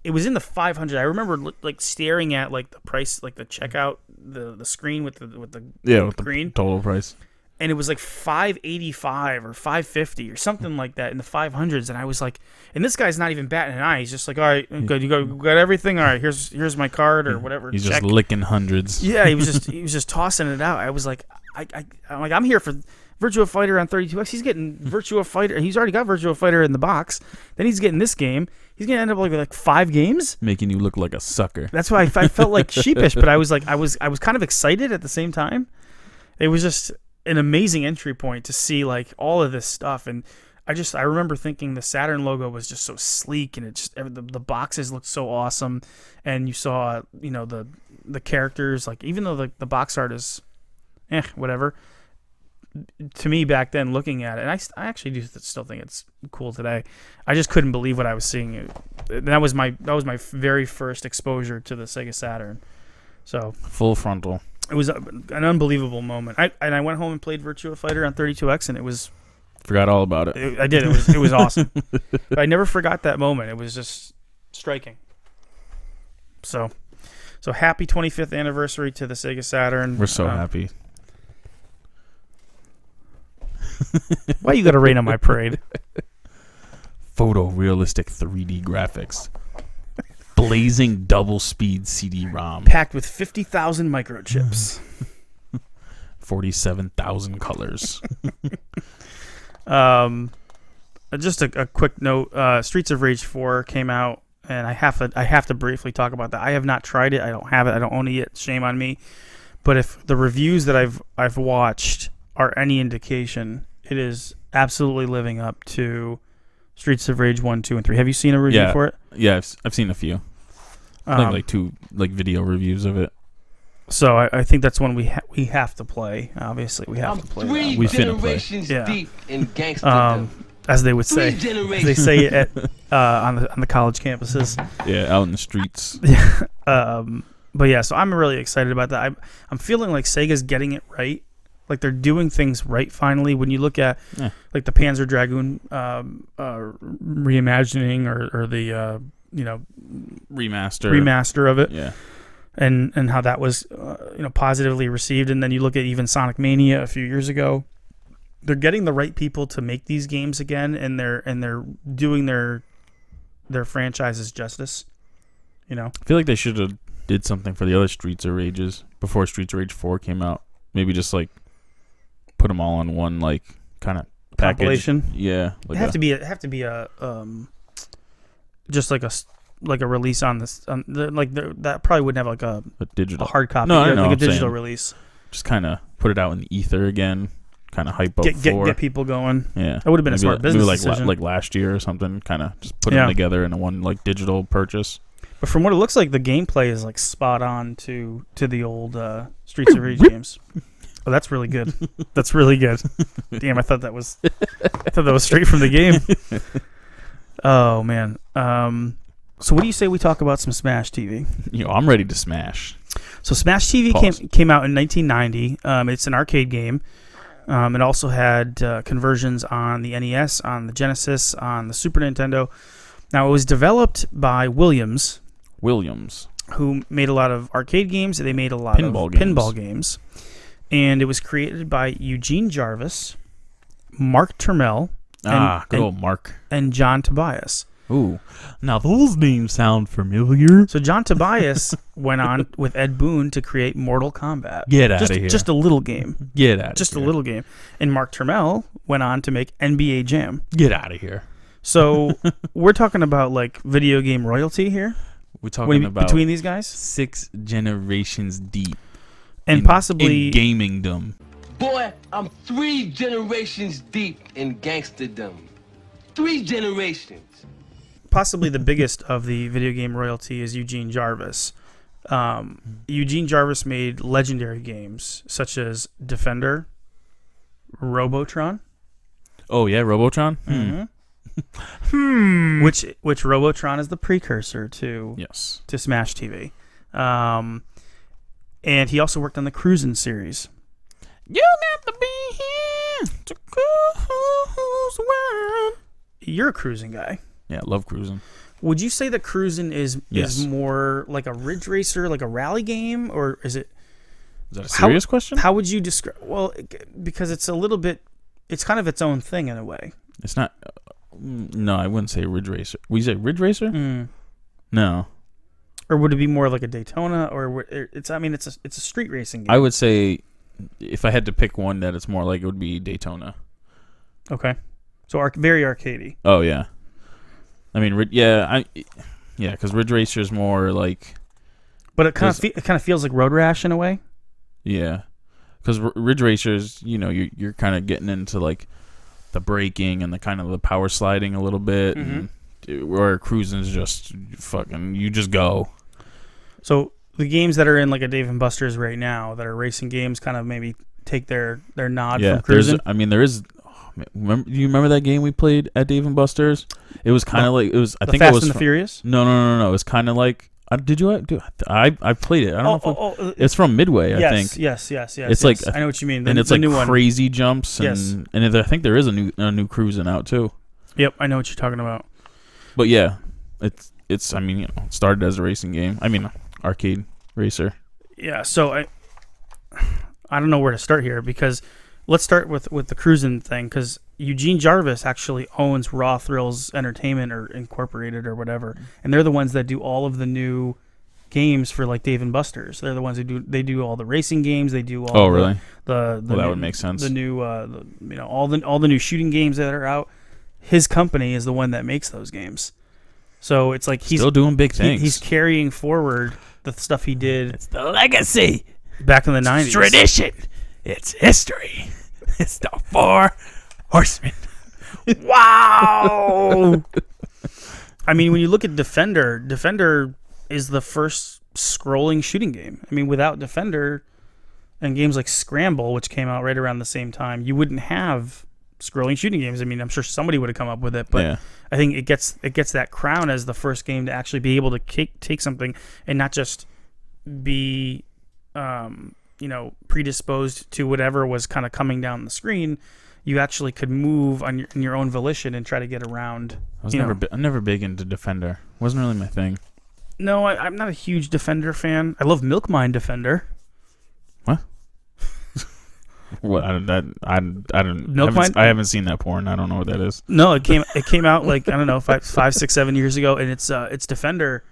Speaker 1: it was in the 500 i remember li- like staring at like the price like the checkout the the screen with the with the
Speaker 2: Yeah, with the
Speaker 1: Green?
Speaker 2: total price.
Speaker 1: and it was like 585 or 550 or something like that in the 500s and i was like and this guy's not even batting an eye he's just like all right good you got, you got everything all right here's here's my card or whatever
Speaker 2: He's
Speaker 1: check."
Speaker 2: just licking hundreds.
Speaker 1: yeah he was just he was just tossing it out i was like I, I i'm like i'm here for Virtua Fighter on 32X. He's getting Virtua Fighter. He's already got Virtua Fighter in the box. Then he's getting this game. He's gonna end up like with, like five games.
Speaker 2: making you look like a <laughs> sucker.
Speaker 1: That's why I, I felt like sheepish, but I was like I was I was kind of excited at the same time. It was just an amazing entry point to see like all of this stuff and. I just I remember thinking the Saturn logo was just so sleek and it just every- the, the boxes looked so awesome and you saw you know the the characters like even though the, the box art is eh whatever to me back then looking at it and I, st- I actually do th- still think it's cool today I just couldn't believe what I was seeing And that was my that was my f- very first exposure to the Sega Saturn so
Speaker 2: Full frontal.
Speaker 1: it was a, an unbelievable moment I and I went home and played Virtua Fighter on 32X and it was
Speaker 2: Forgot all about it.
Speaker 1: it, I did. It was it was
Speaker 2: <laughs>
Speaker 1: awesome. but I never forgot that moment. It was just striking. So, so happy 25th anniversary to the Sega Saturn.
Speaker 2: We're so
Speaker 1: Um,
Speaker 2: happy.
Speaker 1: Why you got to rain on my
Speaker 2: <laughs>
Speaker 1: parade?
Speaker 2: Photorealistic 3D graphics. Blazing double speed CD ROM.
Speaker 1: Packed with 50,000 microchips.
Speaker 2: 47,000 colors.
Speaker 1: Um, uh, just a, a quick note: uh, Streets of Rage 4 came out, and I have to I have to briefly talk about that. I have not tried it. I don't have it. I don't own it yet. Shame on me. But if the reviews that I've I've watched are any indication, it is absolutely living up to Streets of Rage 1, 2, and 3. Have you seen a review
Speaker 2: Yeah.
Speaker 1: for it?
Speaker 2: yeah, I've, s- I've seen a few. I think
Speaker 1: Um,
Speaker 2: like two like video reviews of it.
Speaker 1: so I, I think that's one we ha- we have to play. Obviously, we have
Speaker 4: I'm
Speaker 1: to play
Speaker 4: Um, three
Speaker 1: that,
Speaker 2: We finna play.
Speaker 4: generations
Speaker 1: Yeah.
Speaker 4: deep in gangsterdom.
Speaker 1: um, as they would
Speaker 4: three
Speaker 1: say. As they
Speaker 4: generations.
Speaker 1: say it at, uh, on the on the college campuses.
Speaker 2: Yeah, out in the streets.
Speaker 1: um, but yeah, so I'm really excited about that. I'm, I'm feeling like Sega's getting it right. Like they're doing things right finally. When you look at
Speaker 2: Yeah.
Speaker 1: like the Panzer Dragoon um, uh, reimagining or, or the uh, you know
Speaker 2: Remaster.
Speaker 1: remaster of it,
Speaker 2: Yeah.
Speaker 1: and and how that was uh, you know positively received, and then you look at even Sonic Mania a few years ago. They're getting the right people to make these games again, and they're and they're doing their their franchises justice. You know,
Speaker 2: I feel like they should have did something for the other Streets of Rages before Streets of Rage 4 came out. Maybe just like put them all in one like kind of package.
Speaker 1: compilation.
Speaker 2: Yeah, like
Speaker 1: it have
Speaker 2: a-
Speaker 1: to be a, have to be a um, just like a s- like a release on this on the, like the, that probably wouldn't have like a,
Speaker 2: a
Speaker 1: a
Speaker 2: digital.
Speaker 1: hard copy
Speaker 2: No, I
Speaker 1: yeah,
Speaker 2: know
Speaker 1: like
Speaker 2: what
Speaker 1: a
Speaker 2: I'm
Speaker 1: digital
Speaker 2: saying.
Speaker 1: release
Speaker 2: Just kind of put it out in the ether again. Kind of hype up
Speaker 1: get, get
Speaker 2: for.
Speaker 1: get people going
Speaker 2: yeah.
Speaker 1: that would have been a
Speaker 2: Maybe
Speaker 1: smart
Speaker 2: like,
Speaker 1: business
Speaker 2: maybe like la-
Speaker 1: decision
Speaker 2: like last year or something. Kind of just put
Speaker 1: Yeah.
Speaker 2: them together in a one like digital purchase.
Speaker 1: but from what it looks like the gameplay is like spot on to to the old uh, Streets of Rage games oh that's really
Speaker 2: <laughs>
Speaker 1: good that's really good damn I thought that was I thought that was straight from the game
Speaker 2: <laughs>
Speaker 1: oh man um so what do you say we talk about some Smash TV
Speaker 2: You know, I'm ready to smash.
Speaker 1: So Smash TV
Speaker 2: Pause.
Speaker 1: came came out in 1990. Um, it's an arcade game. Um, it also had uh, conversions on the NES, on the Genesis, on the Super Nintendo. Now it was developed by Williams,
Speaker 2: Williams.
Speaker 1: who made a lot of arcade games. They made a lot
Speaker 2: Pinball
Speaker 1: of
Speaker 2: games.
Speaker 1: pinball games, and it was created by Eugene Jarvis, Mark Turmel, And-
Speaker 2: ah, good
Speaker 1: and-
Speaker 2: old Mark.
Speaker 1: and John Tobias.
Speaker 2: Ooh.
Speaker 3: Now those names sound familiar.
Speaker 1: So John
Speaker 2: <laughs>
Speaker 1: Tobias went on with Ed Boon to create Mortal Kombat.
Speaker 3: Get out
Speaker 1: just,
Speaker 3: of here.
Speaker 1: just a little game.
Speaker 3: get out.
Speaker 1: just a little game. And Mark Turmel went on to make NBA Jam.
Speaker 3: Get out of here.
Speaker 2: <laughs>
Speaker 1: So we're talking about like video game royalty here
Speaker 2: We're
Speaker 1: when-
Speaker 2: talking about
Speaker 1: between these guys,
Speaker 2: six generations deep.
Speaker 1: and
Speaker 2: in-
Speaker 1: possibly
Speaker 2: in gamingdom.
Speaker 4: Boy, I'm three generations deep in gangsterdom. Three generations.
Speaker 1: possibly the biggest of the video game royalty is Eugene Jarvis.
Speaker 2: Hmm.
Speaker 1: Um, Eugene Jarvis made legendary games such as Defender, Robotron,
Speaker 2: Oh yeah, Robotron.
Speaker 1: Mm-hmm.
Speaker 2: Hmm.
Speaker 1: which which Robotron is the precursor to
Speaker 2: Yes.
Speaker 1: to Smash TV. Um, and he also worked on the Cruisin' series.
Speaker 2: You got to be here to cruise around.
Speaker 1: you're a cruising guy.
Speaker 2: Yeah, love cruising.
Speaker 1: Would you say that cruising is
Speaker 2: Yes.
Speaker 1: is more like a ridge racer, like a rally game, or is it?
Speaker 2: Is that a
Speaker 1: How-
Speaker 2: serious question?
Speaker 1: How would you describe? Well, it- because it's a little bit, it's kind of its own thing in a way.
Speaker 2: It's not. uh, mm, no, I wouldn't say Ridge Racer. We say Ridge Racer?
Speaker 1: Mm.
Speaker 2: No,
Speaker 1: Or would it be more like a Daytona, or would- it's? I mean, it's a it's a street racing game.
Speaker 2: I would say if I had to pick one that it's more like, it would be Daytona.
Speaker 1: Okay. So arc- very arcadey.
Speaker 2: Oh yeah, I mean, Rid- yeah, I, yeah, because Ridge Racer is more like,
Speaker 1: But it kind of
Speaker 2: There's-
Speaker 1: fe- it kind of feels like Road Rash in a way.
Speaker 2: yeah, because Ridge Racers, you know, you're you're kind of getting into like the braking and the kind of the power sliding a little bit, and it- where cruising is just fucking, you just go.
Speaker 1: So the games that are in like a Dave and Buster's right now that are racing games kind of maybe take their their nod
Speaker 2: yeah,
Speaker 1: from cruising.
Speaker 2: there's, I mean, there is. Oh, man, remember, do you remember that game we played at Dave and Buster's? It was kind of like it was. I
Speaker 1: the
Speaker 2: think
Speaker 1: Fast
Speaker 2: it was.
Speaker 1: and the
Speaker 2: fr-
Speaker 1: Furious.
Speaker 2: no, no, no, no, no. It was kind of like. Uh, did you? Do, I I played it. I don't know.
Speaker 1: Oh,
Speaker 2: If I,
Speaker 1: oh, oh,
Speaker 2: It's from Midway, I
Speaker 1: yes,
Speaker 2: think.
Speaker 1: yes, yes, yes. yes.
Speaker 2: It's like a-
Speaker 1: I know what you mean. The,
Speaker 2: and it's
Speaker 1: the
Speaker 2: like
Speaker 1: new one.
Speaker 2: crazy jumps and
Speaker 1: Yes.
Speaker 2: and it- I think there is a new a new cruising out too.
Speaker 1: Yep, I know what you're talking about.
Speaker 2: But yeah, it's it's I mean you know it started as a racing game. I mean arcade racer.
Speaker 1: Yeah. So I <sighs> I don't know where to start here because let's start with with the cruising thing because Eugene Jarvis actually owns Raw Thrills Entertainment or Incorporated or
Speaker 2: Mm-hmm.
Speaker 1: whatever, and they're the ones that do all of the new games for like Dave and Buster's. They're the ones who do they do all the racing games. They do all.
Speaker 2: Oh
Speaker 1: the-
Speaker 2: really?
Speaker 1: The, the
Speaker 2: Well, that
Speaker 1: new-
Speaker 2: would make sense.
Speaker 1: The new uh, the, you know all the all the new shooting games that are out. His company is the one that makes those games. So it's like he's
Speaker 2: Still doing big
Speaker 1: he-
Speaker 2: things.
Speaker 1: he's carrying forward the stuff he did
Speaker 3: It's the legacy.
Speaker 1: back in the 90s.
Speaker 3: tradition. It's history. <laughs> It's the four <laughs> horsemen.
Speaker 1: Wow. I mean, when you look at Defender, Defender is the first scrolling shooting game. I mean, without Defender and games like Scramble, which came out right around the same time, you wouldn't have scrolling shooting games. I mean, I'm sure somebody would have come up with it, but
Speaker 2: yeah.
Speaker 1: I think it gets it gets that crown as the first game to actually be able to take, take something and not just be, um, you know, predisposed to whatever was kind of coming down the screen. You actually could move on your, in your own volition and try to get around.
Speaker 2: I was
Speaker 1: you
Speaker 2: never
Speaker 1: know.
Speaker 2: bi- I'm never big into Defender. Wasn't really my thing.
Speaker 1: No, I, I'm not a huge Defender fan. I love Milkmine Defender.
Speaker 2: What I that I I don't
Speaker 1: Milk
Speaker 2: haven't, s-
Speaker 1: Mine?
Speaker 2: I haven't seen that porn. I don't know what that is.
Speaker 1: No, it came it came out like I don't know five five six seven years ago, and it's uh it's Defender,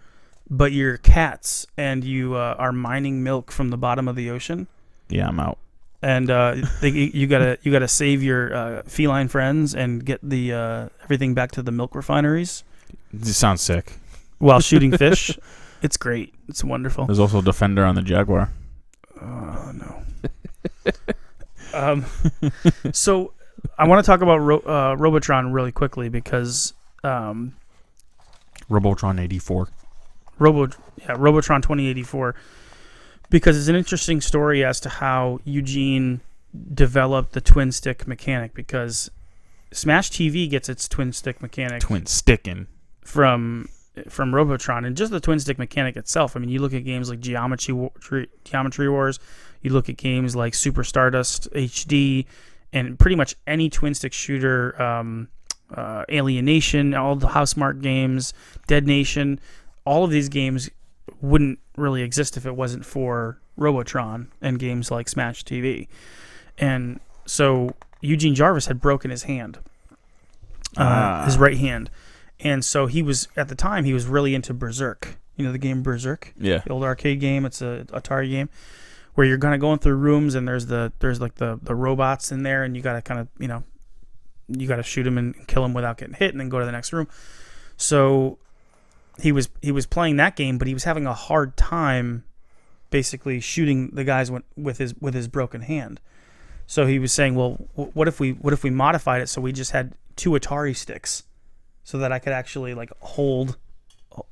Speaker 1: but you're cats and you uh, are mining milk from the bottom of the ocean.
Speaker 2: Yeah, I'm out.
Speaker 1: and uh, they, you gotta you gotta save your uh, feline friends and get the uh, everything back to the milk refineries
Speaker 2: It sounds sick.
Speaker 1: while shooting fish. It's great. It's wonderful.
Speaker 2: There's also Defender on the Jaguar.
Speaker 1: Oh no. <laughs> um, so I want to talk about Ro- uh, Robotron really quickly because um,
Speaker 2: Robotron 84.
Speaker 1: Robo, yeah, Robotron 2084, because it's an interesting story as to how Eugene developed the twin stick mechanic. Because Smash TV gets its twin stick mechanic
Speaker 2: Twin sticking.
Speaker 1: from from Robotron, and just the twin stick mechanic itself. I mean, you look at games like Geometry Wa- Tre- Geometry Wars, you look at games like Super Stardust HD, and pretty much any twin stick shooter, um, uh, Alienation, all the Housemark games, Dead Nation, all of these games wouldn't really exist if it wasn't for Robotron and games like Smash TV. And so Eugene Jarvis had broken his hand, uh, his right hand, and so he was at the time he was really into Berserk. You know the game Berserk,
Speaker 2: Yeah.
Speaker 1: the old arcade game. It's a Atari game where you're kind of going through rooms and there's the there's like the the robots in there and you gotta kind of you know you gotta shoot them and kill them without getting hit and then go to the next room. So he was he was playing that game, but he was having a hard time basically shooting the guys with, with his with his broken hand. So he was saying, well, wh- what if we what if we modified it so we just had two Atari sticks, so that I could actually like hold,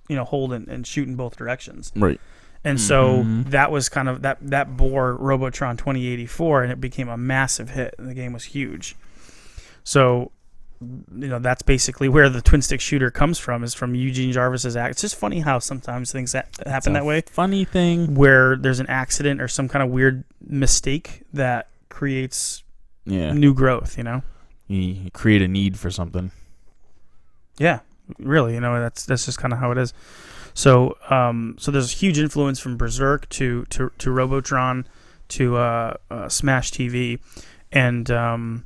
Speaker 1: you know, hold and, and shoot in both directions.
Speaker 2: Right.
Speaker 1: And so that was kind of that that bore Robotron 2084 and it became a massive hit and the game was huge. So you know that's basically where the twin stick shooter comes from is from Eugene Jarvis's act. It's just funny how sometimes things that happen that way
Speaker 2: Funny thing.
Speaker 1: where there's an accident or some kind of weird mistake that creates
Speaker 2: Yeah.
Speaker 1: new growth, you know.
Speaker 2: You create a need for something.
Speaker 1: Yeah, really. You know, that's that's just kind of how it is. So, um, so there's a huge influence from Berserk to to, to Robotron to uh, uh, Smash TV, and um,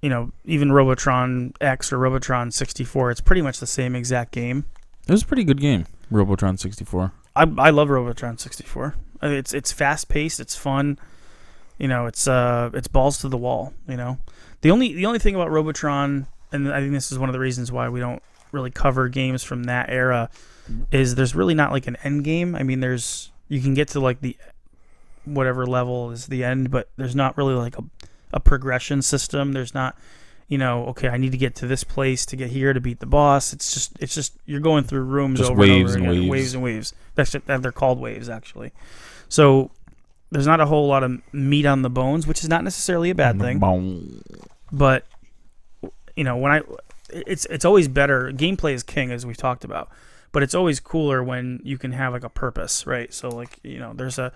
Speaker 1: you know even Robotron X or Robotron 64. It's pretty much the same exact game.
Speaker 2: It was a pretty good game, Robotron 64.
Speaker 1: I I love Robotron 64. I mean, It's it's fast paced. It's fun. You know, it's uh, it's balls to the wall. You know, the only the only thing about Robotron, and I think this is one of the reasons why we don't really cover games from that era, is there's really not like an end game. I mean, there's you can get to like the whatever level is the end, but there's not really like a a progression system. There's not you know, okay, I need to get to this place to get here to beat the boss. It's just, it's just you're going through rooms
Speaker 2: Just
Speaker 1: over
Speaker 2: waves
Speaker 1: and
Speaker 2: and
Speaker 1: over again,
Speaker 2: waves.
Speaker 1: waves and waves. That's it, they're called waves actually. So there's not a whole lot of meat on the bones, which is not necessarily a bad
Speaker 2: Mm-hmm.
Speaker 1: thing.
Speaker 2: Boom.
Speaker 1: But you know, when I, it's it's always better. Gameplay is king, as we've talked about. But it's always cooler when you can have like a purpose, right? So like you know, there's a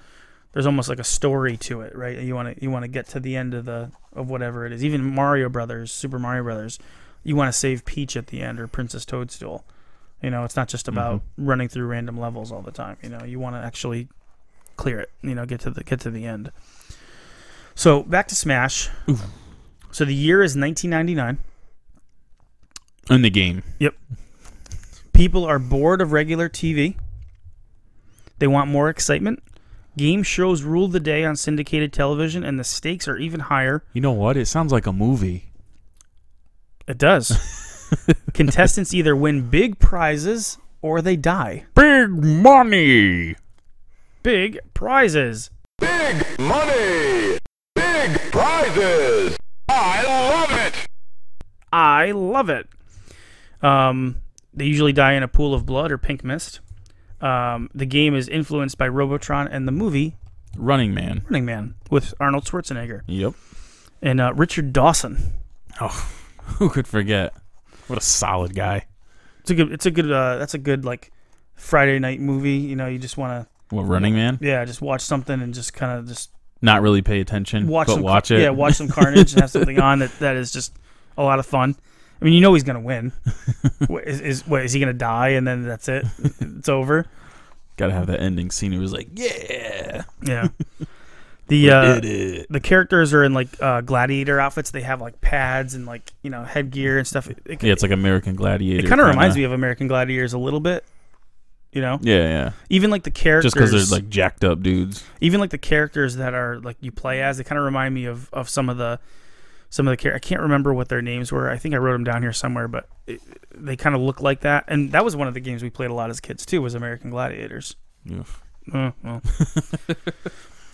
Speaker 1: there's almost like a story to it, right? You want to you want to get to the end of the of whatever it is. Even Mario Brothers, Super Mario Brothers, you want to save Peach at the end or Princess Toadstool. You know, it's not just about running through random levels all the time. You know, you want to actually clear it. You know, get to the get to the end. So back to Smash. So the year is 1999.
Speaker 2: In the game.
Speaker 1: People are bored of regular TV. They want more excitement. Game shows rule the day on syndicated television, and the stakes are even higher.
Speaker 3: You know what? It sounds like a movie.
Speaker 1: It does. Contestants either win big prizes or they die.
Speaker 2: Big money.
Speaker 1: Big prizes.
Speaker 5: Big money! Big prizes! I love it!
Speaker 1: I love it. Um, they usually die in a pool of blood or pink mist. Um, the game is influenced by Robotron and the movie
Speaker 2: Running man.
Speaker 1: Running Man with Arnold Schwarzenegger
Speaker 2: Yep.
Speaker 1: and uh, Richard Dawson.
Speaker 2: Oh, <laughs> who could forget? What a solid guy.
Speaker 1: It's a good. It's a good. Uh, that's a good like Friday night movie. You know, you just want
Speaker 2: What Running Man?
Speaker 1: to yeah, just watch something and just kind of just
Speaker 2: Not really pay attention,
Speaker 1: watch
Speaker 2: but
Speaker 1: some
Speaker 2: watch it.
Speaker 1: Yeah, watch some carnage
Speaker 2: <laughs>
Speaker 1: and have something on that that is just a lot of fun. I mean, you know he's gonna
Speaker 2: <laughs>
Speaker 1: win. Wha- is is what, is he gonna die and then that's it? It's over.
Speaker 2: Gotta have that ending scene. It was like, yeah,
Speaker 1: Yeah. The uh,
Speaker 2: did it.
Speaker 1: the characters are in like uh, gladiator outfits. They have like pads and like you know headgear and stuff. It, it,
Speaker 2: Yeah, it's like American Gladiator.
Speaker 1: it kind of reminds me of American Gladiators a little bit. You know,
Speaker 2: Yeah, yeah.
Speaker 1: even like the characters.
Speaker 2: Just because there's like jacked up dudes.
Speaker 1: even like the characters that are like you play as, they kind of remind me of of some of the some of the characters. I can't remember what their names were. I think I wrote them down here somewhere, but it, they kind of look like that. And that was one of the games we played a lot as kids too. Was American Gladiators.
Speaker 2: Oof.
Speaker 1: Uh, well.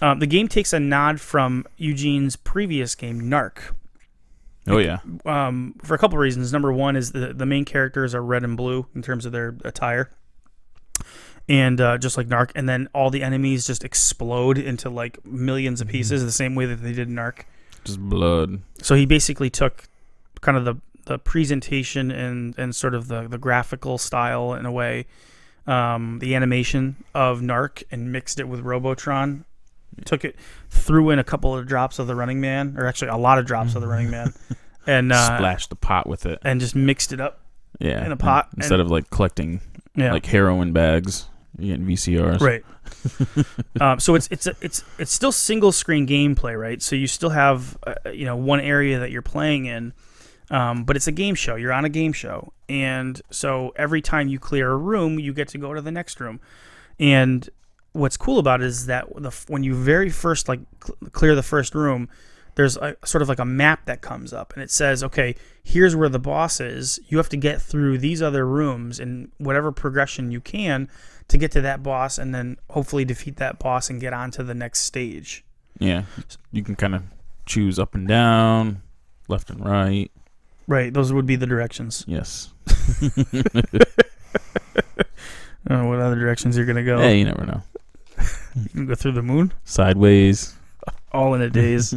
Speaker 1: um, the game takes a nod from Eugene's previous game, Narc,
Speaker 2: Oh yeah,
Speaker 1: um, for a couple reasons. Number one is the the main characters are red and blue in terms of their attire, and uh, just like Narc, and then all the enemies just explode into like millions of pieces, the same way that they did in Narc.
Speaker 2: just blood.
Speaker 1: So he basically took kind of the the presentation and and sort of the the graphical style in a way, um, the animation of Narc, and mixed it with Robotron. Took it, threw in a couple of drops of the Running Man, or actually a lot of drops of the Running Man, and uh,
Speaker 2: Splash the pot with it.
Speaker 1: and just mixed it up.
Speaker 2: Yeah,
Speaker 1: in a pot
Speaker 2: and- instead
Speaker 1: and-
Speaker 2: of like collecting
Speaker 1: Yeah.
Speaker 2: like heroin bags. You're getting VCRs.
Speaker 1: right. um, so it's it's a, it's it's still single screen gameplay, right? So you still have uh, you know one area that you're playing in, um, but it's a game show. You're on a game show, and so every time you clear a room, you get to go to the next room. And what's cool about it is that the f- when you very first like cl- clear the first room, there's a sort of like a map that comes up and it says, okay, here's where the boss is. You have to get through these other rooms in whatever progression you can to get to that boss and then hopefully defeat that boss and get on to the next stage.
Speaker 2: Yeah, you can kind of choose up and down, left and right.
Speaker 1: Right, those would be the directions.
Speaker 2: Yes.
Speaker 1: I don't know Uh, what other directions you're gonna go.
Speaker 2: Hey, you never know.
Speaker 1: You can go through the moon.
Speaker 2: Sideways.
Speaker 1: all in
Speaker 2: <laughs>
Speaker 1: a daze.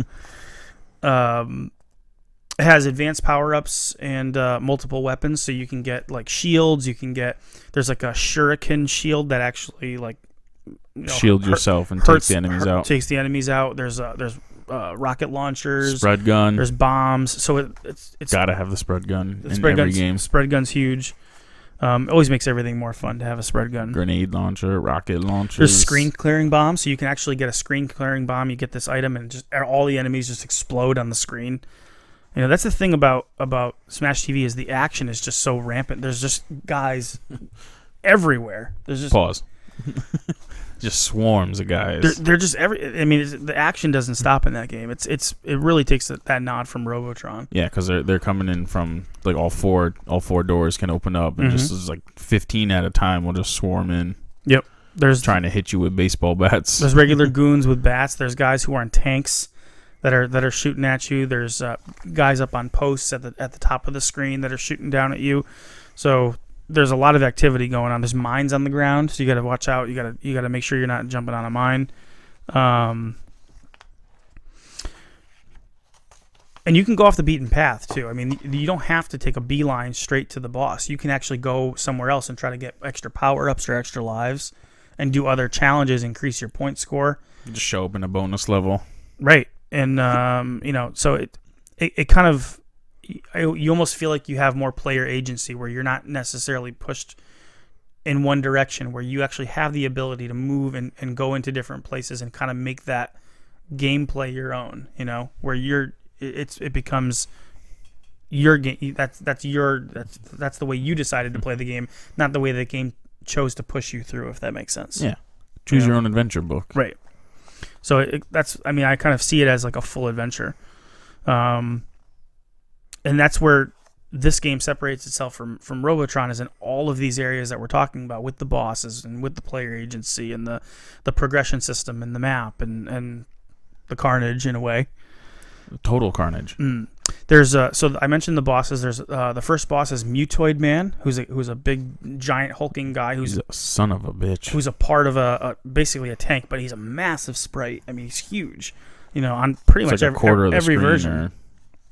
Speaker 1: um, it has advanced power ups and uh, multiple weapons, so you can get like shields. You can get there's like a shuriken shield that actually like you know,
Speaker 2: Shield
Speaker 1: hurt-
Speaker 2: yourself and
Speaker 1: hurts-
Speaker 2: take the enemies
Speaker 1: hurt-
Speaker 2: out.
Speaker 1: Takes the enemies out. There's uh, there's uh, rocket launchers.
Speaker 2: Spread gun.
Speaker 1: There's bombs. So it, it's it's
Speaker 2: Gotta have the spread gun
Speaker 1: the
Speaker 2: in
Speaker 1: spread
Speaker 2: every
Speaker 1: guns.
Speaker 2: game.
Speaker 1: Spread guns huge. Um, it always makes everything more fun to have a spread gun.
Speaker 2: Grenade launcher, rocket launcher.
Speaker 1: There's screen clearing bombs, so you can actually get a screen clearing bomb. You get this item, and just all the enemies just explode on the screen. You know that's the thing about about Smash TV is the action is just
Speaker 2: <laughs>
Speaker 1: so rampant. There's just guys everywhere. There's just
Speaker 2: Pause. <laughs> just swarms of guys.
Speaker 1: They're, they're just every. I mean, it's, the action doesn't stop in that game. It's it's it really takes that, that nod from Robotron.
Speaker 2: Yeah, because they're they're coming in from like all four all four doors can open up and
Speaker 1: Mm-hmm.
Speaker 2: just there's like fifteen at a time will just swarm in
Speaker 1: Yep. There's
Speaker 2: trying to hit you with baseball bats.
Speaker 1: there's regular goons with bats. There's guys who are in tanks that are that are shooting at you. There's uh, guys up on posts at the at the top of the screen that are shooting down at you. So there's a lot of activity going on. There's mines on the ground, so you got to watch out. You got to you got to make sure you're not jumping on a mine. Um, and you can go off the beaten path too. I mean, you don't have to take a beeline straight to the boss. You can actually go somewhere else and try to get extra power ups or extra lives, and do other challenges, increase your point score.
Speaker 2: just show up in a bonus level.
Speaker 1: Right. And um, you know, so it it, it kind of I- you almost feel like you have more player agency where you're not necessarily pushed in one direction where you actually have the ability to move and, and go into different places and kind of make that gameplay your own you know where you're it- it's it becomes your game that's that's your that's that's the way you decided to play the game not the way the game chose to push you through if that makes sense
Speaker 2: Yeah, choose your own adventure book.
Speaker 1: Right. So it, that's I mean I kind of see it as like a full adventure, um, and that's where this game separates itself from from Robotron is in all of these areas that we're talking about with the bosses and with the player agency and the the progression system and the map and and the carnage in a way.
Speaker 2: Total carnage.
Speaker 1: There's uh so I mentioned the bosses. There's uh, the first boss is Mutoid Man, who's a, who's a big giant hulking guy who's
Speaker 2: He's a son of a bitch.
Speaker 1: who's a part of a, a basically a tank, but he's a massive sprite. I mean, he's huge. You know, on pretty
Speaker 2: it's
Speaker 1: much
Speaker 2: like
Speaker 1: every,
Speaker 2: a quarter of the
Speaker 1: every
Speaker 2: screen
Speaker 1: version,
Speaker 2: or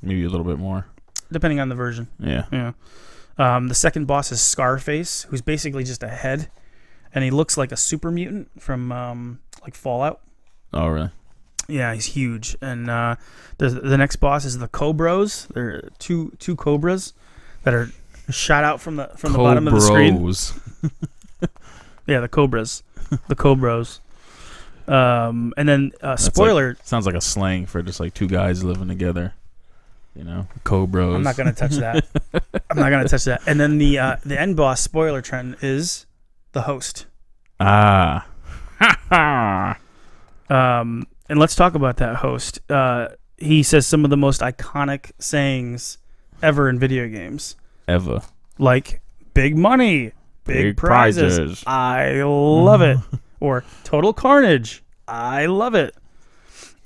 Speaker 2: maybe a little bit more.
Speaker 1: depending on the version.
Speaker 2: Yeah,
Speaker 1: Yeah. Um, the second boss is Scarface, who's basically just a head, and he looks like a super mutant from um, like Fallout.
Speaker 2: oh really?
Speaker 1: Yeah, he's huge. And uh, the the next boss is the Cobras. They're two two cobras that are shot out from the from the bottom of the screen.
Speaker 2: Cobros.
Speaker 1: Yeah, the Cobras, <laughs> the Cobros. Um, and then uh,
Speaker 2: like-
Speaker 1: spoiler
Speaker 2: Sounds like a slang for just like two guys living together. You know, cobros.
Speaker 1: I'm not gonna touch that. I'm not gonna touch that. And then the uh, the end boss spoiler trend is the host.
Speaker 2: ah. Ha ha.
Speaker 1: Um, and let's talk about that host. Uh, he says some of the most iconic sayings ever in video games,
Speaker 2: <laughs> Ever.
Speaker 1: like "big money, big,
Speaker 2: Big
Speaker 1: prizes.
Speaker 2: prizes."
Speaker 1: I love it," or "total carnage, I love it."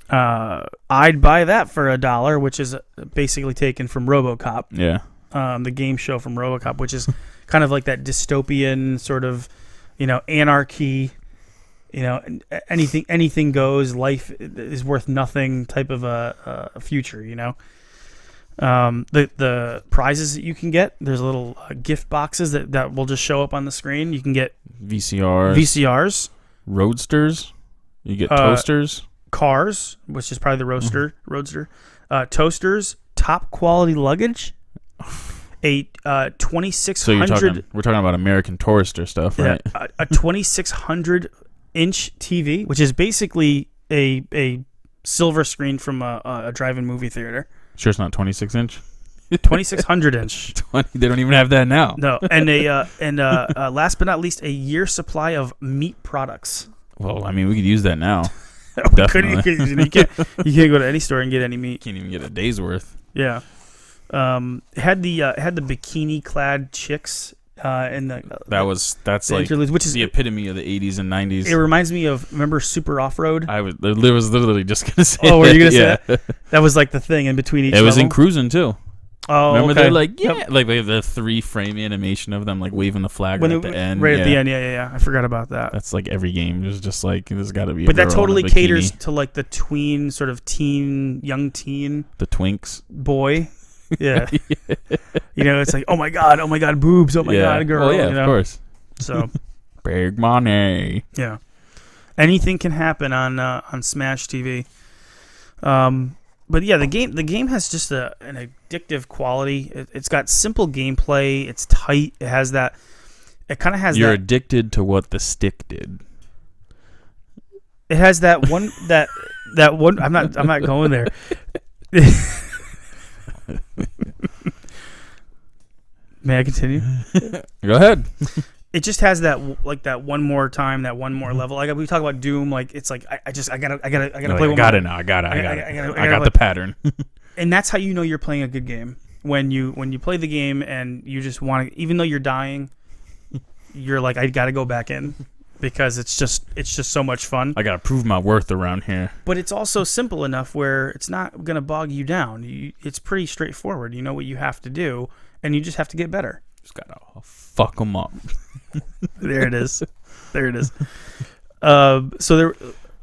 Speaker 1: Uh, I'd buy that for a dollar, which is basically taken from RoboCop.
Speaker 2: Yeah.
Speaker 1: um, the game show from RoboCop, which is <laughs> kind of like that dystopian sort of, you know, anarchy, you know, an- anything anything goes, life is worth nothing type of a, a future, you know. Um, the the prizes that you can get, there's little uh, gift boxes that, that will just show up on the screen. You can get
Speaker 2: VCRs.
Speaker 1: VCRs,
Speaker 2: roadsters. You get
Speaker 1: Uh,
Speaker 2: toasters.
Speaker 1: cars, which is
Speaker 2: Mm-hmm.
Speaker 1: probably the roaster roadster, uh, toasters, top quality
Speaker 2: <laughs>
Speaker 1: luggage, a uh, twenty six
Speaker 2: So you're talking.
Speaker 1: hundred
Speaker 2: We're talking about American Tourister stuff,
Speaker 1: Yeah,
Speaker 2: right?
Speaker 1: a, a 2600 inch TV, which is basically a a silver screen from a, a- a drive-in movie
Speaker 2: <laughs>
Speaker 1: theater.
Speaker 2: Sure, it's not
Speaker 1: <laughs>
Speaker 2: 26 inch.
Speaker 1: 2600 inch.
Speaker 2: they don't even have that now.
Speaker 1: No, and a uh, and uh, uh, last but not least, a year supply of meat products. <laughs>
Speaker 2: Well, I mean, we could use that now.
Speaker 1: We couldn't-
Speaker 2: Definitely.
Speaker 1: you, can't, you can't- you can't go to any store and get any meat.
Speaker 2: Can't even get a day's worth.
Speaker 1: Yeah. Um, had the uh, had the bikini clad chicks uh, in the
Speaker 2: That was that's
Speaker 1: the
Speaker 2: like
Speaker 1: interludes, which is
Speaker 2: the epitome of the 80s and 90s.
Speaker 1: it reminds me of remember Super Off Road.
Speaker 2: I was, I was literally just gonna say.
Speaker 1: Oh, were you gonna say
Speaker 2: that, <laughs> yeah.
Speaker 1: that? That was like the thing in between each.
Speaker 2: It was in
Speaker 1: level.
Speaker 2: cruising too.
Speaker 1: Oh,
Speaker 2: Remember
Speaker 1: okay.
Speaker 2: they're like yeah, like they have the three frame animation of them like waving the flag
Speaker 1: when
Speaker 2: right
Speaker 1: it,
Speaker 2: at the end.
Speaker 1: right at the
Speaker 2: yeah.
Speaker 1: end. Yeah, yeah, yeah. I forgot about that.
Speaker 2: That's like every game is just like there's got to be. A
Speaker 1: but that
Speaker 2: girl in a
Speaker 1: totally
Speaker 2: bikini.
Speaker 1: caters to like the tween sort of teen, young teen
Speaker 2: the twinks. <laughs>
Speaker 1: boy. Yeah. you know, it's like, oh my god, oh my god, boobs, oh my god, girl.
Speaker 2: Oh yeah,
Speaker 1: you know?
Speaker 2: of course.
Speaker 1: So
Speaker 2: Big money.
Speaker 1: yeah, anything can happen on uh, on Smash TV. Um, but yeah, the game the game has just a, an addictive quality. It, it's got simple gameplay. It's tight. It has that. It kind of has
Speaker 2: You're
Speaker 1: that
Speaker 2: addicted to what the stick did.
Speaker 1: It has that one that that one. I'm not. I'm not going there. <laughs> May I continue?
Speaker 2: Go ahead.
Speaker 1: it just has that w- like that one more time, that one
Speaker 2: Mm-hmm.
Speaker 1: more level. Like we talk about Doom, like it's like I, I just I gotta I gotta I gotta
Speaker 2: Like,
Speaker 1: play
Speaker 2: I
Speaker 1: one
Speaker 2: got
Speaker 1: more.
Speaker 2: it now. I got it. I
Speaker 1: I-
Speaker 2: got
Speaker 1: I-
Speaker 2: it.
Speaker 1: I gotta- I
Speaker 2: I
Speaker 1: gotta
Speaker 2: got the pattern.
Speaker 1: and that's how you know you're playing a good game when you when you play the game and you just want to even though you're dying you're like i gotta go back in because it's just it's just so much fun
Speaker 2: I gotta prove my worth around here.
Speaker 1: but it's also simple enough where it's not gonna bog you down you, it's pretty straightforward you know what you have to do and you just have to get better
Speaker 2: Just gotta fuck them up.
Speaker 1: there it <laughs> is there it is uh, so there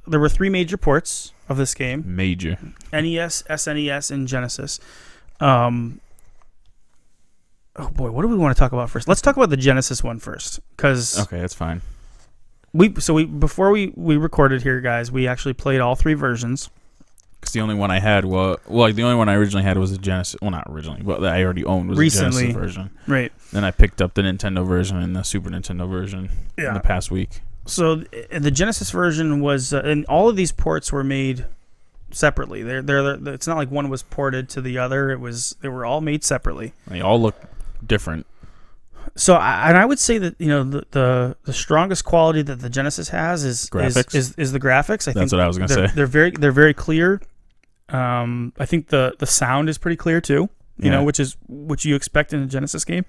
Speaker 1: there were three major ports of this game E
Speaker 2: Major.
Speaker 1: NES, SNES, and Genesis. Um, oh boy, what do we want to talk about first? Let's talk about the Genesis one first, because
Speaker 2: Okay, that's fine.
Speaker 1: we so we before we we recorded here, guys, we actually played all three versions.
Speaker 2: Because the only one I had was well, like the only one I originally had was a Genesis. Well, not originally, but that I already owned was a
Speaker 1: Recently.
Speaker 2: Genesis version.
Speaker 1: Right.
Speaker 2: Then I picked up the Nintendo version and the Super Nintendo version in
Speaker 1: Yeah.
Speaker 2: the past week.
Speaker 1: So th- the Genesis version was, uh, and all of these ports were made separately. They're, they're, they're- it's not like one was ported to the other. It was they were all made separately.
Speaker 2: They all look different.
Speaker 1: So I, and I would say that you know the, the the strongest quality that the Genesis has is is
Speaker 2: Graphics?
Speaker 1: is, is the graphics. I think
Speaker 2: what I was gonna
Speaker 1: they're-
Speaker 2: say.
Speaker 1: They're very they're very clear. Um, I think the the sound is pretty clear too. You
Speaker 2: Yeah.
Speaker 1: know, which is which you expect in a Genesis game.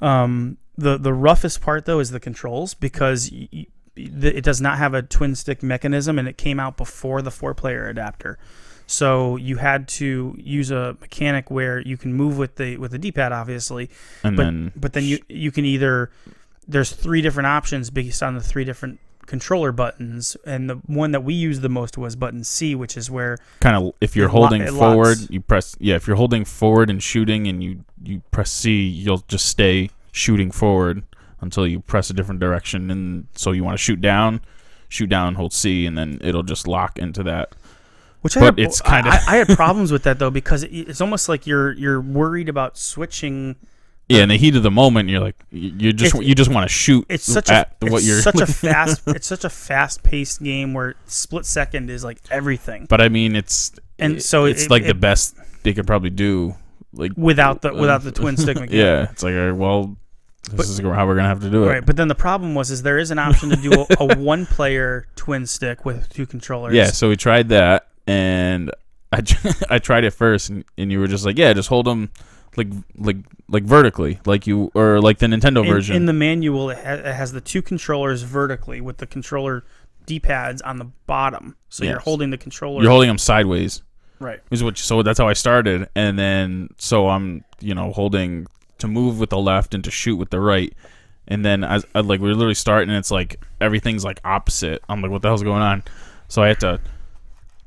Speaker 1: Um, the the roughest part though is the controls because y- y- the- it does not have a twin stick mechanism, and it came out before the four player adapter. So you had to use a mechanic where you can move with the with the D pad, obviously,
Speaker 2: And
Speaker 1: but
Speaker 2: then
Speaker 1: but then you you can either there's three different options based on the three different controller buttons and the one that we used the most was button C which is where
Speaker 2: kind of if you're
Speaker 1: it lo-
Speaker 2: holding
Speaker 1: it
Speaker 2: forward,
Speaker 1: locks.
Speaker 2: you press yeah. If you're holding forward and shooting, and you you press C, you'll just stay shooting forward until you press a different direction. And so you want to shoot down, shoot down, hold C, and then it'll just lock into that.
Speaker 1: which I had,
Speaker 2: But it's kinda-
Speaker 1: I, I had problems with that though because it, it's almost like you're you're worried about switching
Speaker 2: Yeah, in the heat of the moment, you're like y- you just
Speaker 1: It's-
Speaker 2: you just want to shoot.
Speaker 1: it's such
Speaker 2: at
Speaker 1: a
Speaker 2: what
Speaker 1: it's
Speaker 2: you're
Speaker 1: such a
Speaker 2: <laughs> looking at.
Speaker 1: fast it's such a fast paced game where split second is like everything
Speaker 2: But I mean, it's
Speaker 1: And
Speaker 2: it-
Speaker 1: so
Speaker 2: it's
Speaker 1: it-
Speaker 2: like the
Speaker 1: it-
Speaker 2: best they could probably do. Like
Speaker 1: without the without the twin
Speaker 2: <laughs>
Speaker 1: stick mechanic.
Speaker 2: yeah, it's like all right, well, this is how we're gonna have to do it.
Speaker 1: Right, but then the problem was is there is an option to do a,
Speaker 2: <laughs>
Speaker 1: a one player twin stick with two controllers.
Speaker 2: Yeah, so we tried that, and I, tr- <laughs> I tried it first, and, and you were just like, yeah, just hold them like like like vertically, like you or like the Nintendo
Speaker 1: in,
Speaker 2: version.
Speaker 1: in the manual it, ha- it has the two controllers vertically with the controller d-pads on the bottom so you're
Speaker 2: Yes.
Speaker 1: holding the controller
Speaker 2: You're holding them sideways,
Speaker 1: right
Speaker 2: is what. So that's how I started, and then so I'm you know holding to move with the left and to shoot with the right. And then I, I like we are literally starting, and it's like everything's like opposite. I'm like, what the hell's going on? So I had to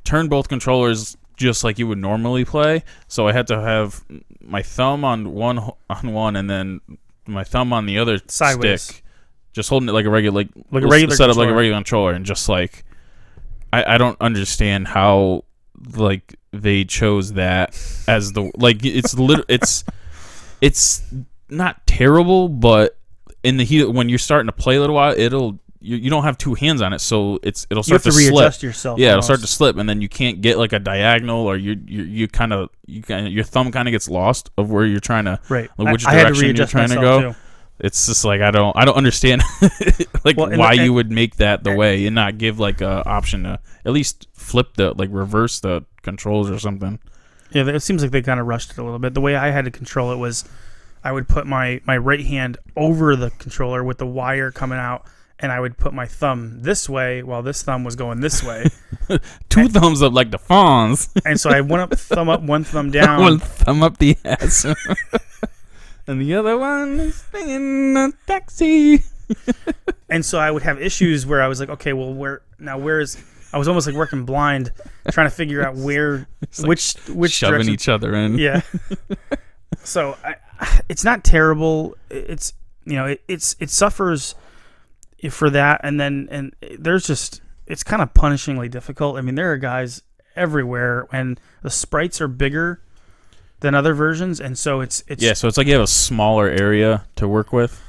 Speaker 2: turn both controllers just like you would normally play. So I had to have my thumb on one ho- on one, and then my thumb on the other
Speaker 1: Sideways.
Speaker 2: stick, just holding it like a regular like,
Speaker 1: Like a regular
Speaker 2: set up like a
Speaker 1: controller.
Speaker 2: regular controller, and just like I, I don't understand how like they chose that as the like it's lit <laughs> it's it's not terrible, but in the heat of- when you're starting to play a little while, it'll you, you don't have two hands on it, so it's it'll
Speaker 1: you have
Speaker 2: start
Speaker 1: to,
Speaker 2: to, slip.
Speaker 1: readjust yourself
Speaker 2: Yeah, it'll
Speaker 1: almost.
Speaker 2: start to slip, and then you can't get like a diagonal, or you you you kind of you kind your thumb kind of gets lost of where you're trying to
Speaker 1: right
Speaker 2: like, which
Speaker 1: I, I had to
Speaker 2: direction you're
Speaker 1: readjust
Speaker 2: trying to
Speaker 1: myself,
Speaker 2: go.
Speaker 1: too.
Speaker 2: It's just like I don't I don't understand <laughs> like
Speaker 1: Well, and
Speaker 2: why
Speaker 1: the-
Speaker 2: you would make that the way and not give like a option to at least flip the like reverse the controls or something.
Speaker 1: yeah it seems like they kind of rushed it a little bit the way i had to control it was i would put my my right hand over the controller with the wire coming out and i would put my thumb this way while this thumb was going this way
Speaker 2: Two thumbs up like the <laughs> fawns,
Speaker 1: and so i went up thumb up one thumb down
Speaker 2: <laughs> one thumb up the ass, <laughs> and the other one is in a taxi.
Speaker 1: and so I would have issues where I was like, okay, well, where now? Where is? I was almost like working blind, trying to figure out
Speaker 2: <laughs>
Speaker 1: where, which which
Speaker 2: shoving
Speaker 1: direction.
Speaker 2: each other in.
Speaker 1: yeah.
Speaker 2: <laughs>
Speaker 1: so I, it's not terrible. It's you know it, it's it suffers for that, and then and there's just it's kind of punishingly difficult. I mean, there are guys everywhere, and the sprites are bigger than other versions, and so it's it's
Speaker 2: Yeah, so it's like you have a smaller area to work with.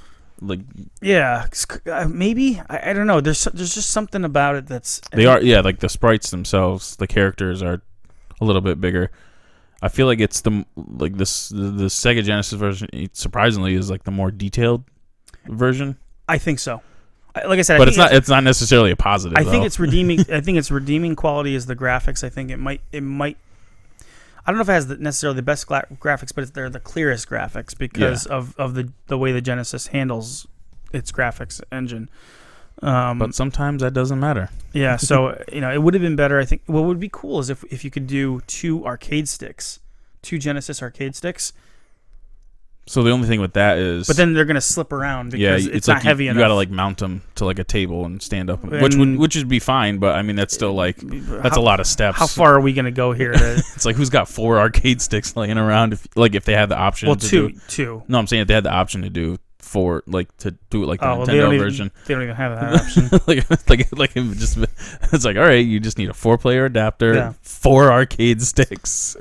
Speaker 2: Like
Speaker 1: Yeah, c- c- uh, maybe I, I don't know. There's so- there's just something about it that's
Speaker 2: they are, yeah, like the sprites themselves, the characters are a little bit bigger. I feel like it's the like this the, the Sega Genesis version. it Surprisingly, is like the more detailed version.
Speaker 1: I think so. I- Like I said, I
Speaker 2: But
Speaker 1: think
Speaker 2: it's not. It's not necessarily a positive.
Speaker 1: I think
Speaker 2: though.
Speaker 1: it's
Speaker 2: <laughs>
Speaker 1: redeeming. I think its redeeming quality is the graphics. I think it might. It might. I don't know if it has the, necessarily the best gla- graphics, but they're the clearest graphics because of, of the the way the Genesis handles its graphics engine. Um,
Speaker 2: But sometimes that doesn't matter. <laughs>
Speaker 1: yeah, so you know it would have been better. I think what would be cool is if if you could do two arcade sticks, two Genesis arcade sticks,
Speaker 2: So the only thing with that is,
Speaker 1: but then they're gonna slip around
Speaker 2: yeah,
Speaker 1: because it's,
Speaker 2: like
Speaker 1: not
Speaker 2: you,
Speaker 1: heavy
Speaker 2: you
Speaker 1: enough.
Speaker 2: gotta like mount them to like a table and stand up, which would
Speaker 1: And-
Speaker 2: which would be fine. But I mean, that's still like that's
Speaker 1: How-
Speaker 2: a lot of steps.
Speaker 1: How far are we gonna go
Speaker 2: <laughs>
Speaker 1: here? to-
Speaker 2: It's like who's got four arcade sticks <laughs> laying around? If like if they had the option,
Speaker 1: well,
Speaker 2: to
Speaker 1: two,
Speaker 2: do-
Speaker 1: two.
Speaker 2: no, I'm saying if they had the option to do four, like to do it like the
Speaker 1: Oh, well, they
Speaker 2: Nintendo
Speaker 1: don't even
Speaker 2: version. <laughs>
Speaker 1: they don't even have that option.
Speaker 2: like like like it would just it's like all right, you just need a four player adapter,
Speaker 1: Yeah.
Speaker 2: four arcade sticks.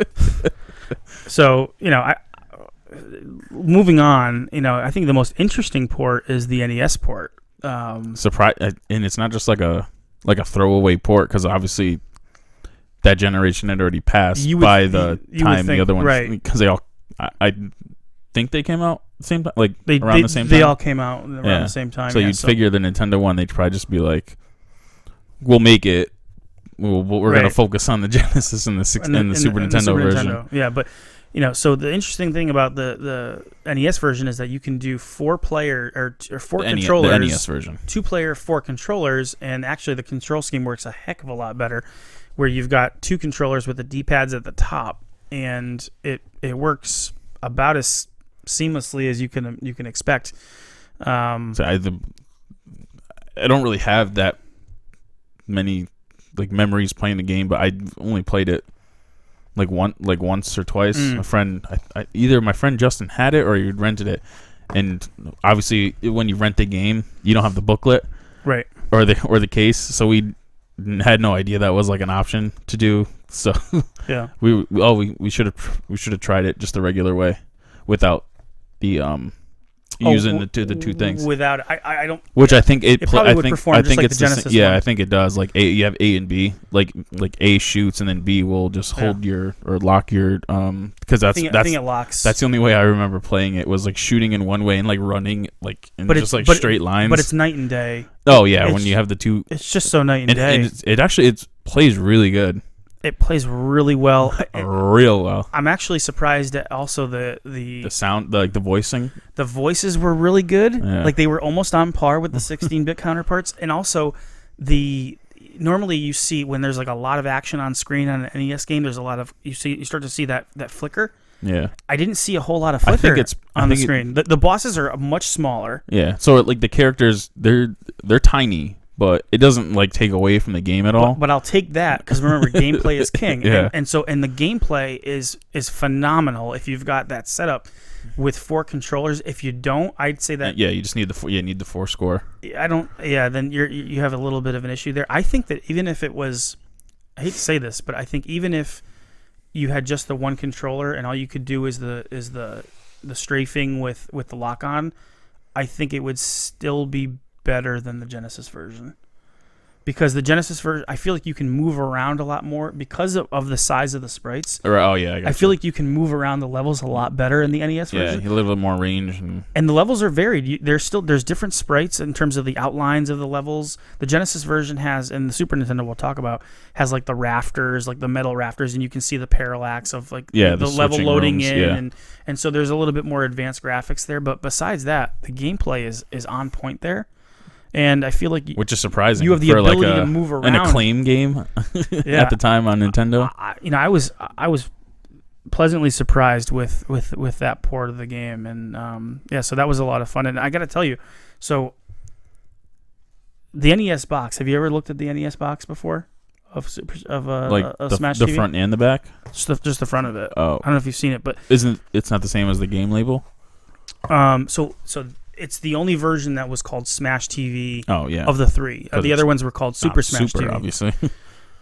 Speaker 1: So you know, I, moving on. You know, I think the most interesting port is the NES port. Um,
Speaker 2: surprise and it's not just like a like a throwaway port because obviously that generation had already passed
Speaker 1: You would-
Speaker 2: by the
Speaker 1: you- you would
Speaker 2: time the
Speaker 1: think-
Speaker 2: other ones
Speaker 1: right.
Speaker 2: because they all I, I think they came out same time like
Speaker 1: they
Speaker 2: around
Speaker 1: they,
Speaker 2: the same
Speaker 1: they
Speaker 2: time
Speaker 1: all came out around
Speaker 2: Yeah.
Speaker 1: the same time.
Speaker 2: so
Speaker 1: yeah,
Speaker 2: you'd figure the Nintendo one they'd probably just be like we'll make it we'll, we'll- we're gonna
Speaker 1: Right.
Speaker 2: focus on the <laughs> Genesis and the six, and, the
Speaker 1: and
Speaker 2: Super
Speaker 1: and
Speaker 2: Nintendo version
Speaker 1: Nintendo. Yeah, but you know, so the interesting thing about the the NES version is that you can do four player or, t- or four
Speaker 2: The E NE-
Speaker 1: controllers,
Speaker 2: the NES version
Speaker 1: two player, four controllers, and actually the control scheme works a heck of a lot better, where you've got two controllers with the D pads at the top, and it it works about as seamlessly as you can you can expect. Um,
Speaker 2: So I the I don't really have that many like memories playing the game, but I only played it like one like once or twice.
Speaker 1: Mm.
Speaker 2: A friend, I, I, either my friend Justin had it or he rented it, and obviously when you rent the game, you don't have the booklet
Speaker 1: right.
Speaker 2: or the or the case, so we had no idea that was like an option to do. So <laughs>
Speaker 1: Yeah.
Speaker 2: we oh we we should have we should have tried it just the regular way, without the um
Speaker 1: Oh,
Speaker 2: using
Speaker 1: w-
Speaker 2: the two the two things.
Speaker 1: Without I I I don't
Speaker 2: Which I think it,
Speaker 1: It
Speaker 2: pl-
Speaker 1: probably
Speaker 2: I
Speaker 1: would
Speaker 2: think,
Speaker 1: perform
Speaker 2: I
Speaker 1: just
Speaker 2: think
Speaker 1: like
Speaker 2: it's
Speaker 1: the
Speaker 2: the same-
Speaker 1: Genesis
Speaker 2: yeah,
Speaker 1: one.
Speaker 2: I think it does. Like A, you have A and B. Like like A shoots and then B will just
Speaker 1: Yeah.
Speaker 2: hold your or lock your um because
Speaker 1: I
Speaker 2: that's
Speaker 1: think, I
Speaker 2: that's
Speaker 1: think it locks.
Speaker 2: that's the only way I remember playing it was like shooting in one way and like running like in
Speaker 1: But it's-
Speaker 2: just like
Speaker 1: but-
Speaker 2: straight lines.
Speaker 1: but it's night and day.
Speaker 2: oh yeah, when
Speaker 1: it's-
Speaker 2: you have the two
Speaker 1: It's just so night and,
Speaker 2: and,
Speaker 1: day.
Speaker 2: and it's, it actually it plays really good,
Speaker 1: it plays really
Speaker 2: <laughs>
Speaker 1: well. I-
Speaker 2: Oh.
Speaker 1: I-
Speaker 2: real well.
Speaker 1: I'm actually surprised at also the the
Speaker 2: The sound, like the voicing,
Speaker 1: the voices were really good.
Speaker 2: Yeah.
Speaker 1: Like they were almost on par
Speaker 2: <laughs>
Speaker 1: with the 16-bit counterparts, and also the normally you see when there's like a lot of action on screen on an NES game, there's a lot of you see you start to see that that flicker.
Speaker 2: yeah,
Speaker 1: I didn't see a whole lot of
Speaker 2: I
Speaker 1: flicker
Speaker 2: think it's- I
Speaker 1: on the
Speaker 2: think it-
Speaker 1: screen. the, the bosses are much smaller.
Speaker 2: yeah. So like the characters, they're they're tiny, but it doesn't like take away from the game at all.
Speaker 1: But I'll take that because remember,
Speaker 2: <laughs>
Speaker 1: gameplay is king.
Speaker 2: Yeah.
Speaker 1: And, and so, and the gameplay is is phenomenal if you've got that setup with four controllers. If you don't, I'd say that
Speaker 2: yeah, you just need the four, yeah, you need the four score.
Speaker 1: I don't. Yeah, then you're you you have a little bit of an issue there. I think that even if it was, I hate to say this, but I think even if you had just the one controller and all you could do is the is the the strafing with with the lock on, I think it would still be better than the Genesis version. Because the Genesis version, I feel like you can move around a lot more because of, of the size of the sprites.
Speaker 2: Or oh yeah, I,
Speaker 1: I
Speaker 2: gotcha.
Speaker 1: feel like you can move around the levels a lot better in the NES
Speaker 2: yeah,
Speaker 1: version
Speaker 2: a little bit more range. And,
Speaker 1: and the levels are varied. You, there's still there's different sprites in terms of the outlines of the levels. The Genesis version has, and the Super Nintendo we'll talk about has like the rafters, like the metal rafters, and you can see the parallax of like
Speaker 2: Yeah,
Speaker 1: the,
Speaker 2: the
Speaker 1: level
Speaker 2: switching
Speaker 1: loading
Speaker 2: rooms,
Speaker 1: in,
Speaker 2: yeah.
Speaker 1: and and so there's a little bit more advanced graphics there. But besides that, the gameplay is is on point there, and I feel like y-
Speaker 2: which is surprising.
Speaker 1: You have the
Speaker 2: for like
Speaker 1: ability
Speaker 2: a,
Speaker 1: to move
Speaker 2: an
Speaker 1: around.
Speaker 2: acclaim game
Speaker 1: Yeah. Uh,
Speaker 2: at the time on Nintendo.
Speaker 1: I, you know I was I was pleasantly surprised with with with that port of the game and um, yeah so that was a lot of fun and I got to tell you so the NES box have you ever looked at the NES box before of Super- of uh,
Speaker 2: like
Speaker 1: uh,
Speaker 2: the,
Speaker 1: Smash
Speaker 2: the
Speaker 1: TV
Speaker 2: front and the back.
Speaker 1: just the, just the front of it
Speaker 2: Oh,
Speaker 1: I don't know if you've seen it but
Speaker 2: isn't it's not the same as the game label?
Speaker 1: um so so it's the only version that was called Smash TV
Speaker 2: Oh yeah,
Speaker 1: of the three Uh,
Speaker 2: 'Cause
Speaker 1: the
Speaker 2: it's
Speaker 1: other ones were called
Speaker 2: Not
Speaker 1: Super Smash
Speaker 2: super
Speaker 1: TV
Speaker 2: obviously.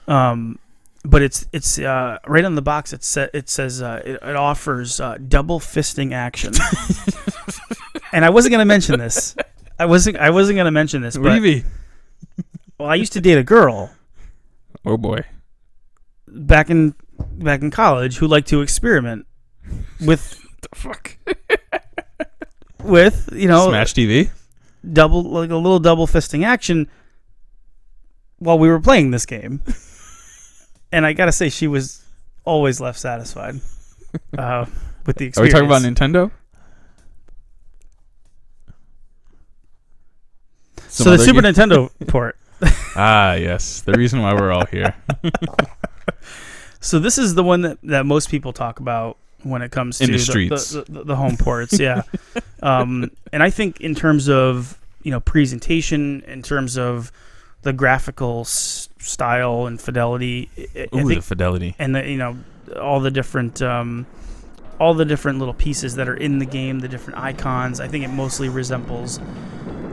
Speaker 1: Um, but it's it's uh, right on the box. It sa- it says uh, it, it offers uh, double fisting action. <laughs> and I wasn't gonna
Speaker 2: <laughs>
Speaker 1: mention this. I wasn't I wasn't gonna mention this. But, well, I used to date a girl
Speaker 2: Oh boy,
Speaker 1: back in back in college who liked to experiment with the fuck with you know
Speaker 2: Smash TV.
Speaker 1: double like a little double fisting action while we were playing this
Speaker 2: <laughs>
Speaker 1: game. and I gotta say, she was always left satisfied uh, with the
Speaker 2: <laughs> Are we
Speaker 1: experience.
Speaker 2: talking about
Speaker 1: so
Speaker 2: Nintendo? Some
Speaker 1: the
Speaker 2: other
Speaker 1: Super
Speaker 2: game? <laughs>
Speaker 1: Nintendo port?
Speaker 2: Ah, yes. The reason why we're all here.
Speaker 1: So this is the one that, that most people talk about when it comes to
Speaker 2: In the streets.
Speaker 1: the, the, the home ports.
Speaker 2: <laughs>
Speaker 1: Yeah, um, and I think in terms of you know presentation, in terms of the graphical s- style and fidelity, I- I, I
Speaker 2: <laughs> Ooh, the
Speaker 1: think,
Speaker 2: fidelity.
Speaker 1: and the you know all the different um, all the different little pieces that are in the game, the different icons. I think it mostly resembles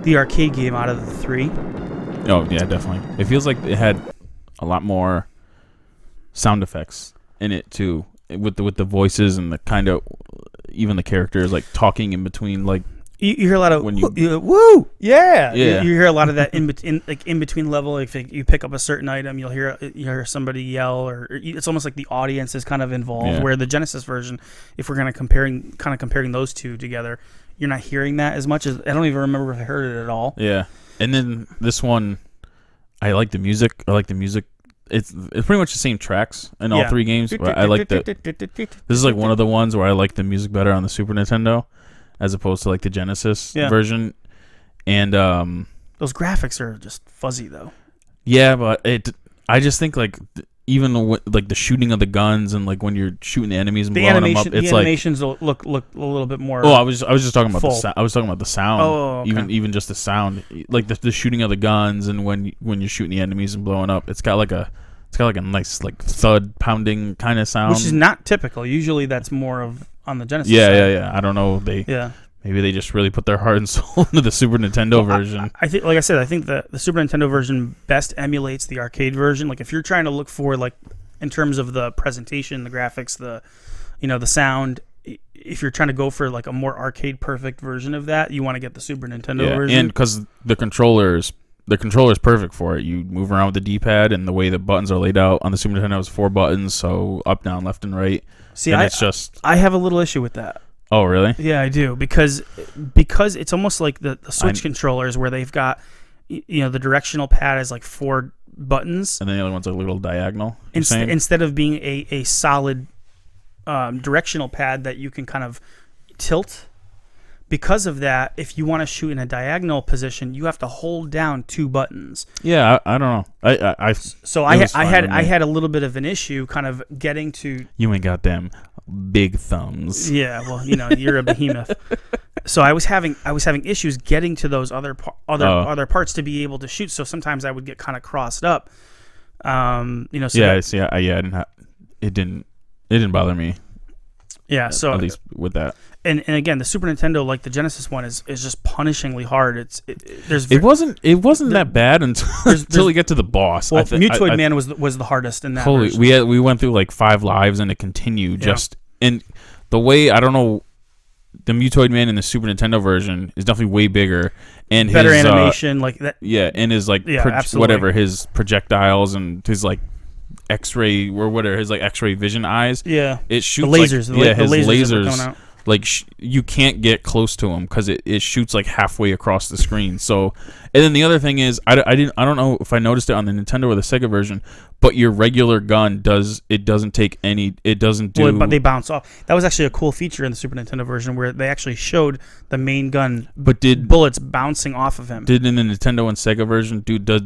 Speaker 1: the arcade game out of the three.
Speaker 2: Oh yeah, definitely. It feels like it had a lot more sound effects in it too, with the with the voices and the kind of even the characters like talking in between. Like
Speaker 1: you, you hear a lot of
Speaker 2: When
Speaker 1: when
Speaker 2: you-
Speaker 1: you, woo yeah, You-
Speaker 2: Yeah.
Speaker 1: You, hear a lot of that
Speaker 2: <laughs>
Speaker 1: in between like in between level if like, you pick up a certain item you'll hear you hear somebody yell or, or you- it's almost like the audience is kind of involved
Speaker 2: Yeah.
Speaker 1: where the Genesis version if we're kind of comparing kind of comparing those two together you're not hearing that as much as I don't even remember if I heard it at all
Speaker 2: yeah, and then this one, I like the music. I like the music. It's it's pretty much the same tracks in all
Speaker 1: Yeah.
Speaker 2: three games. But I like the
Speaker 1: <laughs>
Speaker 2: this is like one of the ones where I like the music better on the Super Nintendo as opposed to like the Genesis
Speaker 1: Yeah.
Speaker 2: version. And um,
Speaker 1: those graphics are just fuzzy though
Speaker 2: Yeah, but it. I just think like th- even the w- like the shooting of the guns and like when you're shooting the enemies and
Speaker 1: the
Speaker 2: blowing
Speaker 1: animation
Speaker 2: them up, it's
Speaker 1: the
Speaker 2: like.
Speaker 1: animations will look look a little bit more
Speaker 2: Oh, I was I was just talking about the
Speaker 1: full.
Speaker 2: sou- I was talking about the sound.
Speaker 1: Oh, okay.
Speaker 2: even even just the sound, like the, the shooting of the guns and when y- when you're shooting the enemies and blowing up, it's got like a it's got like a nice like thud pounding kind of sound.
Speaker 1: which is not typical usually that's more of on the Genesis
Speaker 2: um, yeah,
Speaker 1: side.
Speaker 2: yeah, yeah. I don't know. They
Speaker 1: yeah
Speaker 2: maybe they just really put their heart and <laughs> soul into the Super Nintendo version.
Speaker 1: I think, like I said, I think the, the Super Nintendo version best emulates the arcade version. Like, if you're trying to look for, like, in terms of the presentation, the graphics, the, you know, the sound, i- if you're trying to go for, like, a more arcade perfect version of that, you want to get the Super Nintendo
Speaker 2: Yeah,
Speaker 1: version.
Speaker 2: and because the controllers, the controller's perfect for it. You move around with the D-pad, and the way the buttons are laid out on the Super Nintendo is four buttons, so up, down, left, and right.
Speaker 1: See,
Speaker 2: and
Speaker 1: I,
Speaker 2: it's just
Speaker 1: I have a little issue with that.
Speaker 2: oh, really?
Speaker 1: Yeah, I do because because it's almost like the, the Switch
Speaker 2: I'm-
Speaker 1: controllers where they've got, y- you know, the directional pad is like four buttons.
Speaker 2: And then the other one's a little diagonal. You're
Speaker 1: inst-
Speaker 2: saying?
Speaker 1: instead of being a, a solid um, directional pad that you can kind of tilt. Because of that, if you want to shoot in a diagonal position, you have to hold down two buttons.
Speaker 2: yeah, I, I don't know. I, I, I
Speaker 1: So
Speaker 2: It
Speaker 1: I,
Speaker 2: was
Speaker 1: I
Speaker 2: fine
Speaker 1: had
Speaker 2: with
Speaker 1: I
Speaker 2: me.
Speaker 1: had a little bit of an issue kind of getting to
Speaker 2: you ain't got them big
Speaker 1: <laughs>
Speaker 2: thumbs.
Speaker 1: yeah well you know you're a behemoth so I was having I was having issues getting to those other par- other
Speaker 2: Oh.
Speaker 1: other parts to be able to shoot so sometimes I would get kind of crossed up um you know so
Speaker 2: Yeah, I
Speaker 1: that-
Speaker 2: see. I, yeah, I didn't. Ha- it didn't. It didn't bother me
Speaker 1: yeah so
Speaker 2: at least with that.
Speaker 1: and, and again, the Super Nintendo, like the Genesis one, is is just punishingly hard. It's it, it- there's
Speaker 2: It wasn't. It wasn't
Speaker 1: The-
Speaker 2: that bad until <laughs> until
Speaker 1: there's-
Speaker 2: you get to the boss. I
Speaker 1: well,
Speaker 2: thi- I-
Speaker 1: Mutoid
Speaker 2: I-
Speaker 1: Man was the- was the hardest in that.
Speaker 2: Holy,
Speaker 1: version.
Speaker 2: we had, we went through like five lives and it continued just and the way I don't know the Mutoid Man in the Super Nintendo version is definitely way bigger and
Speaker 1: better
Speaker 2: his, uh,
Speaker 1: animation, like that.
Speaker 2: yeah, and his like
Speaker 1: Yeah, absolutely.
Speaker 2: whatever his projectiles and his like X-ray or whatever his like X-ray vision eyes.
Speaker 1: Yeah,
Speaker 2: It shoots
Speaker 1: lasers, the
Speaker 2: Like,
Speaker 1: la-
Speaker 2: yeah,
Speaker 1: the
Speaker 2: his
Speaker 1: lasers that were
Speaker 2: lasers.
Speaker 1: going out.
Speaker 2: Like sh- you can't get close to him because it, it shoots like halfway across the screen. So, and then the other thing is, I, d- I didn't I don't know if I noticed it on the Nintendo or the Sega version, but your regular gun does it doesn't take any it doesn't do.
Speaker 1: Well, but they bounce off. That was actually a cool feature in the Super Nintendo version where they actually showed the main gun
Speaker 2: but did
Speaker 1: bullets bouncing off of him.
Speaker 2: did in the Nintendo and Sega version do does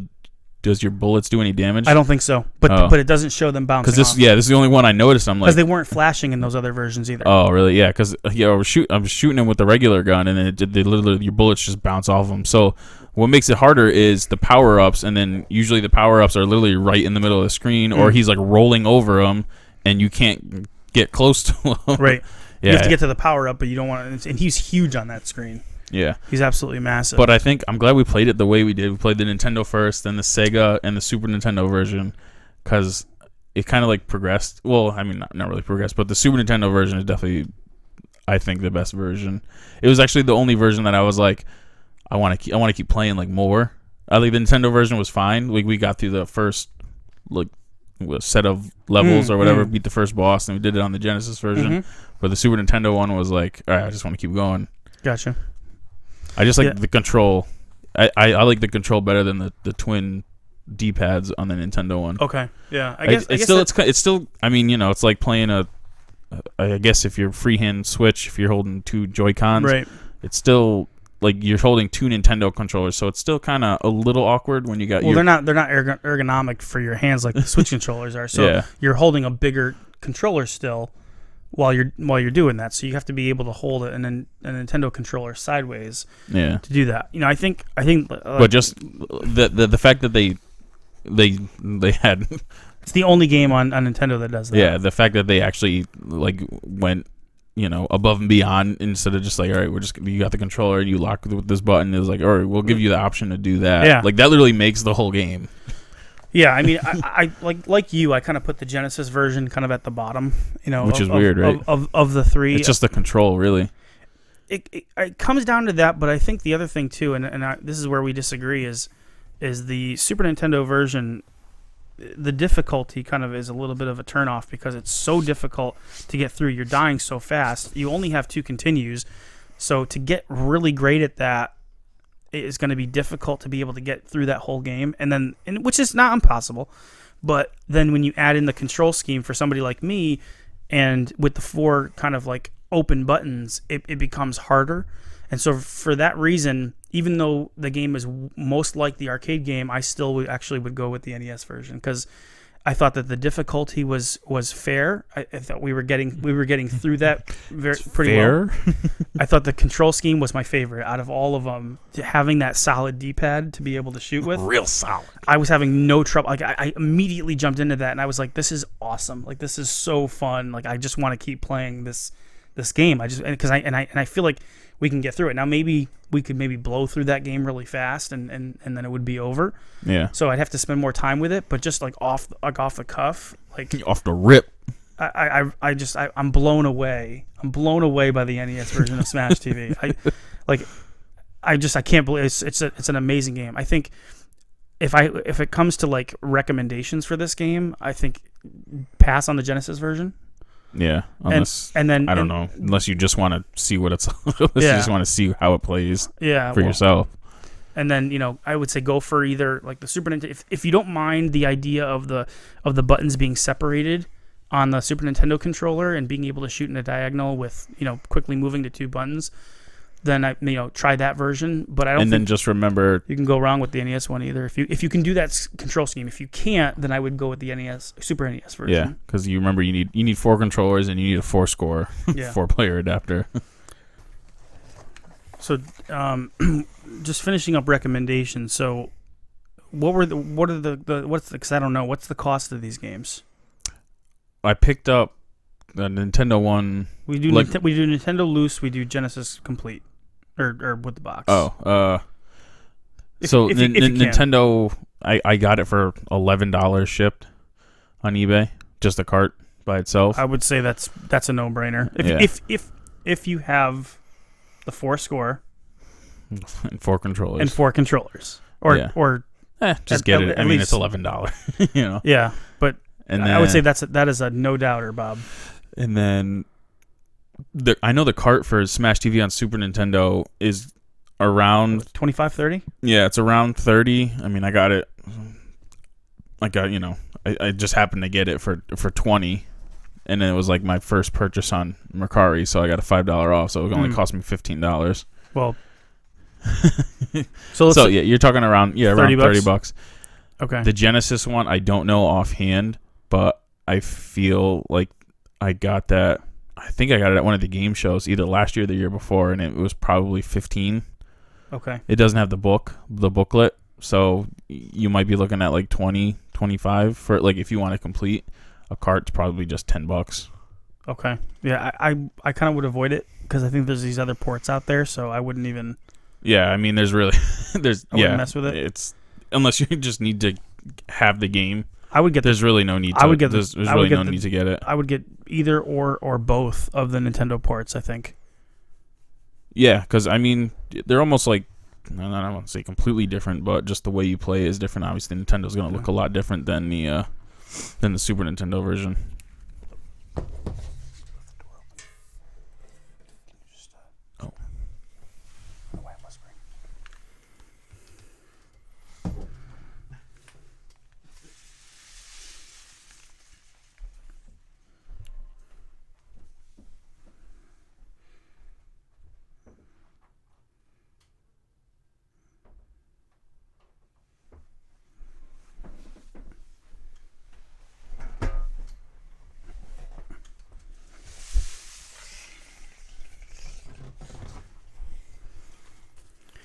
Speaker 2: does your bullets do any damage?
Speaker 1: I don't think so, but
Speaker 2: Oh.
Speaker 1: but it doesn't show them bouncing
Speaker 2: because this
Speaker 1: off
Speaker 2: yeah this is the only one I noticed. I'm like
Speaker 1: because they weren't flashing in those other versions either.
Speaker 2: Oh, really? Yeah, because yeah, I was shoot, I'm shooting him with the regular gun, and then it, did- they literally your bullets just bounce off him. So what makes it harder is the power ups, and then usually the power ups are literally right in the middle of the screen,
Speaker 1: Hmm.
Speaker 2: or he's like rolling over him, and you can't get close to him. <laughs>
Speaker 1: right.
Speaker 2: Yeah.
Speaker 1: You have to get to the power up, but you don't want to. And he's huge on that screen.
Speaker 2: yeah.
Speaker 1: He's absolutely massive.
Speaker 2: But I think I'm glad we played it the way we did. We played the Nintendo first, then the Sega and the Super Nintendo version, because it kind of like progressed. Well, I mean, not, not really progressed, but the Super Nintendo version is definitely, I think, the best version. It was actually the only version that I was like, I want to keep, I want to keep playing like more. I think the Nintendo version was fine. Like we got through the first like w- set of levels or whatever, beat the first boss, and we did it on the Genesis version. But the Super Nintendo one was like, all right, I just want to keep going.
Speaker 1: gotcha.
Speaker 2: I just like
Speaker 1: Yeah.
Speaker 2: the control I, I, I like the control better than the, the twin D pads on the Nintendo one.
Speaker 1: Okay. Yeah. Oh, I guess.
Speaker 2: it's
Speaker 1: I, guess
Speaker 2: still
Speaker 1: that-
Speaker 2: it's ki- it's still I mean you know it's like playing a I I guess if you're freehand Switch if you're holding two Joy Cons
Speaker 1: right.
Speaker 2: it's still like you're holding two Nintendo controllers so it's still kind of a little awkward when you got
Speaker 1: Well,
Speaker 2: your
Speaker 1: they're not they're not ergo- ergonomic for your hands
Speaker 2: <laughs>
Speaker 1: like the Switch controllers are. So
Speaker 2: Yeah.
Speaker 1: you're holding a bigger controller still while you're while you're doing that. So you have to be able to hold it and then a Nintendo controller sideways
Speaker 2: yeah
Speaker 1: to do that. You know, I think I think uh,
Speaker 2: but just the, the the fact that they they they had
Speaker 1: it's the only game on, on Nintendo that does that.
Speaker 2: yeah the fact that they actually like went you know above and beyond instead of just like all right we're just you got the controller you lock with this button it was like all right we'll give you the option to do that
Speaker 1: Yeah.
Speaker 2: like that literally makes the whole game
Speaker 1: Yeah, I mean, I, I like like you. I kind of put the Genesis version kind of at the bottom, you know,
Speaker 2: Which
Speaker 1: of-
Speaker 2: is
Speaker 1: of-
Speaker 2: weird, right?
Speaker 1: Of, of, of the three,
Speaker 2: it's just the control really
Speaker 1: it, it, it comes down to that. But I think the other thing too, and and I, this is where we disagree, is is the Super Nintendo version. The difficulty kind of is a little bit of a turnoff because it's so difficult to get through. You're dying so fast. You only have two continues, so to get really great at that it is going to be difficult to be able to get through that whole game, and then and which is not impossible. But then when you add in the control scheme for somebody like me, and with the four kind of like open buttons, it, it becomes harder. And so for that reason, even though the game is w- most like the arcade game, I still would actually would go with the NES version because I thought that the difficulty was was fair. I, I thought we were getting we were getting through that very pretty well.
Speaker 2: fair
Speaker 1: I thought the control scheme was my favorite out of all of them. To having that solid D-pad to be able to shoot with,
Speaker 2: real solid
Speaker 1: I was having no trouble. Like I, I immediately jumped into that, and I was like, "This is awesome! Like this is so fun! Like I just want to keep playing this this game. I just because I and I and I feel like we can get through it. Now maybe we could maybe blow through that game really fast, and and and then it would be over.
Speaker 2: <laughs> yeah
Speaker 1: So I'd have to spend more time with it. But just like off like off the cuff, like
Speaker 2: off the rip
Speaker 1: I, I, I just I, I'm blown away. I'm blown away by the NES version of Smash TV.
Speaker 2: <laughs>
Speaker 1: I like I just I can't believe it's it's a, it's an amazing game. I think if I if it comes to like recommendations for this game, I think pass on the Genesis version.
Speaker 2: yeah unless
Speaker 1: and then
Speaker 2: I don't
Speaker 1: and-
Speaker 2: know unless you just want to see what it's <laughs> unless you
Speaker 1: Yeah.
Speaker 2: just want to see how it plays
Speaker 1: Yeah,
Speaker 2: for
Speaker 1: well,
Speaker 2: yourself
Speaker 1: and then you know I would say go for either like the Super Nintendo if, if you don't mind the idea of the of the buttons being separated on the Super Nintendo controller and being able to shoot in a diagonal with you know quickly moving to two buttons, then I you know try that version. But I don't
Speaker 2: and then
Speaker 1: think
Speaker 2: just remember
Speaker 1: you can go wrong with the NES one either. If you if you can do that s- control scheme, if you can't, then I would go with the NES Super NES
Speaker 2: yeah
Speaker 1: version.
Speaker 2: because you remember you need you need four controllers and you need a four score
Speaker 1: <laughs> Yeah.
Speaker 2: four player adapter <laughs>
Speaker 1: So um, <clears throat> just finishing up recommendations. So what were the what are the, the what's the because I don't know what's the cost of these games.
Speaker 2: I picked up a Nintendo one
Speaker 1: We do
Speaker 2: Like-
Speaker 1: Ninte- we do Nintendo loose. We do Genesis complete, or or with the box.
Speaker 2: oh uh
Speaker 1: If-
Speaker 2: so
Speaker 1: if you-
Speaker 2: Nin-
Speaker 1: if you
Speaker 2: Nin-
Speaker 1: can.
Speaker 2: Nintendo I I got it for eleven dollars shipped on eBay just a cart by itself
Speaker 1: I would say that's that's a no brainer. If,
Speaker 2: Yeah.
Speaker 1: if if if you have the four score
Speaker 2: and four controllers
Speaker 1: and four controllers, or
Speaker 2: Yeah.
Speaker 1: or
Speaker 2: Eh, just
Speaker 1: At-
Speaker 2: get
Speaker 1: at-
Speaker 2: it I
Speaker 1: at
Speaker 2: mean
Speaker 1: least-
Speaker 2: it's eleven dollars <laughs> you know
Speaker 1: yeah, but
Speaker 2: and
Speaker 1: I would
Speaker 2: then-
Speaker 1: say that's a, that is a no doubter, Bob.
Speaker 2: And then the I know the cart for Smash TV on Super Nintendo is around
Speaker 1: Twenty five thirty.
Speaker 2: yeah, it's around 30. I mean, I got it I got, you know, I, I just happened to get it for for 20 and then it was like my first purchase on Mercari, so I got a $5 off, so it only
Speaker 1: Mm.
Speaker 2: cost me $15. <laughs>
Speaker 1: Well, so let's
Speaker 2: so yeah, you're talking around yeah, around
Speaker 1: 30 bucks?
Speaker 2: 30 bucks.
Speaker 1: okay.
Speaker 2: The Genesis one, I don't know offhand, but I feel like I got that. I think I got it at one of the game shows, either last year or the year before, and it was probably 15.
Speaker 1: okay.
Speaker 2: It doesn't have the book, the booklet, so you might be looking at like 20, 25 for like if you want to complete a cart's probably just 10 bucks.
Speaker 1: Okay. Yeah, I I, I kind of would avoid it because I think there's these other ports out there, so I wouldn't even.
Speaker 2: Yeah, I mean there's really <laughs> there's
Speaker 1: I wouldn't
Speaker 2: yeah,
Speaker 1: mess with it.
Speaker 2: It's unless you <laughs> just need to have the game.
Speaker 1: I would get the
Speaker 2: There's really no need to
Speaker 1: I would get the-
Speaker 2: there's, there's
Speaker 1: I would
Speaker 2: really
Speaker 1: get
Speaker 2: no
Speaker 1: the-
Speaker 2: need to get it.
Speaker 1: I would get either or or both of the Nintendo ports. I think.
Speaker 2: Yeah, because I mean, they're almost like I don't want to say completely different, but just the way you play is different. Obviously, Nintendo's going to look a lot different than the uh, than the Super Nintendo version.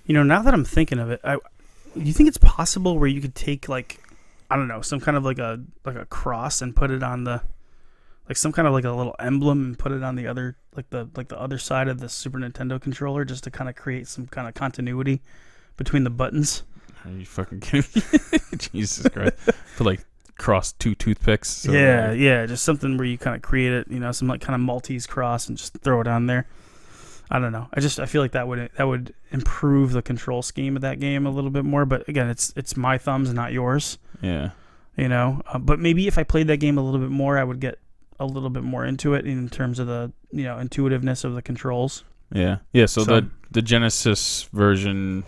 Speaker 1: You know, now that I'm thinking of it, I, you think it's possible where you could take like, I don't know, some kind of like a like a cross and put it on the, like some kind of like a little emblem and put it on the other like the like the other side of the Super Nintendo controller just to kind of create some kind of continuity between the buttons.
Speaker 2: Are you fucking kidding me? <laughs> Jesus Christ. Put like cross two toothpicks. so-
Speaker 1: yeah, yeah, just something where you kind of create it, you know, some like kind of Maltese cross and just throw it on there. I don't know. I just I feel like that would that would improve the control scheme of that game a little bit more. But again, it's it's my thumbs, not yours.
Speaker 2: Yeah.
Speaker 1: You know, uh, but maybe if I played that game a little bit more, I would get a little bit more into it in terms of the you know intuitiveness of the controls.
Speaker 2: Yeah. Yeah. So,
Speaker 1: So-
Speaker 2: the the Genesis version,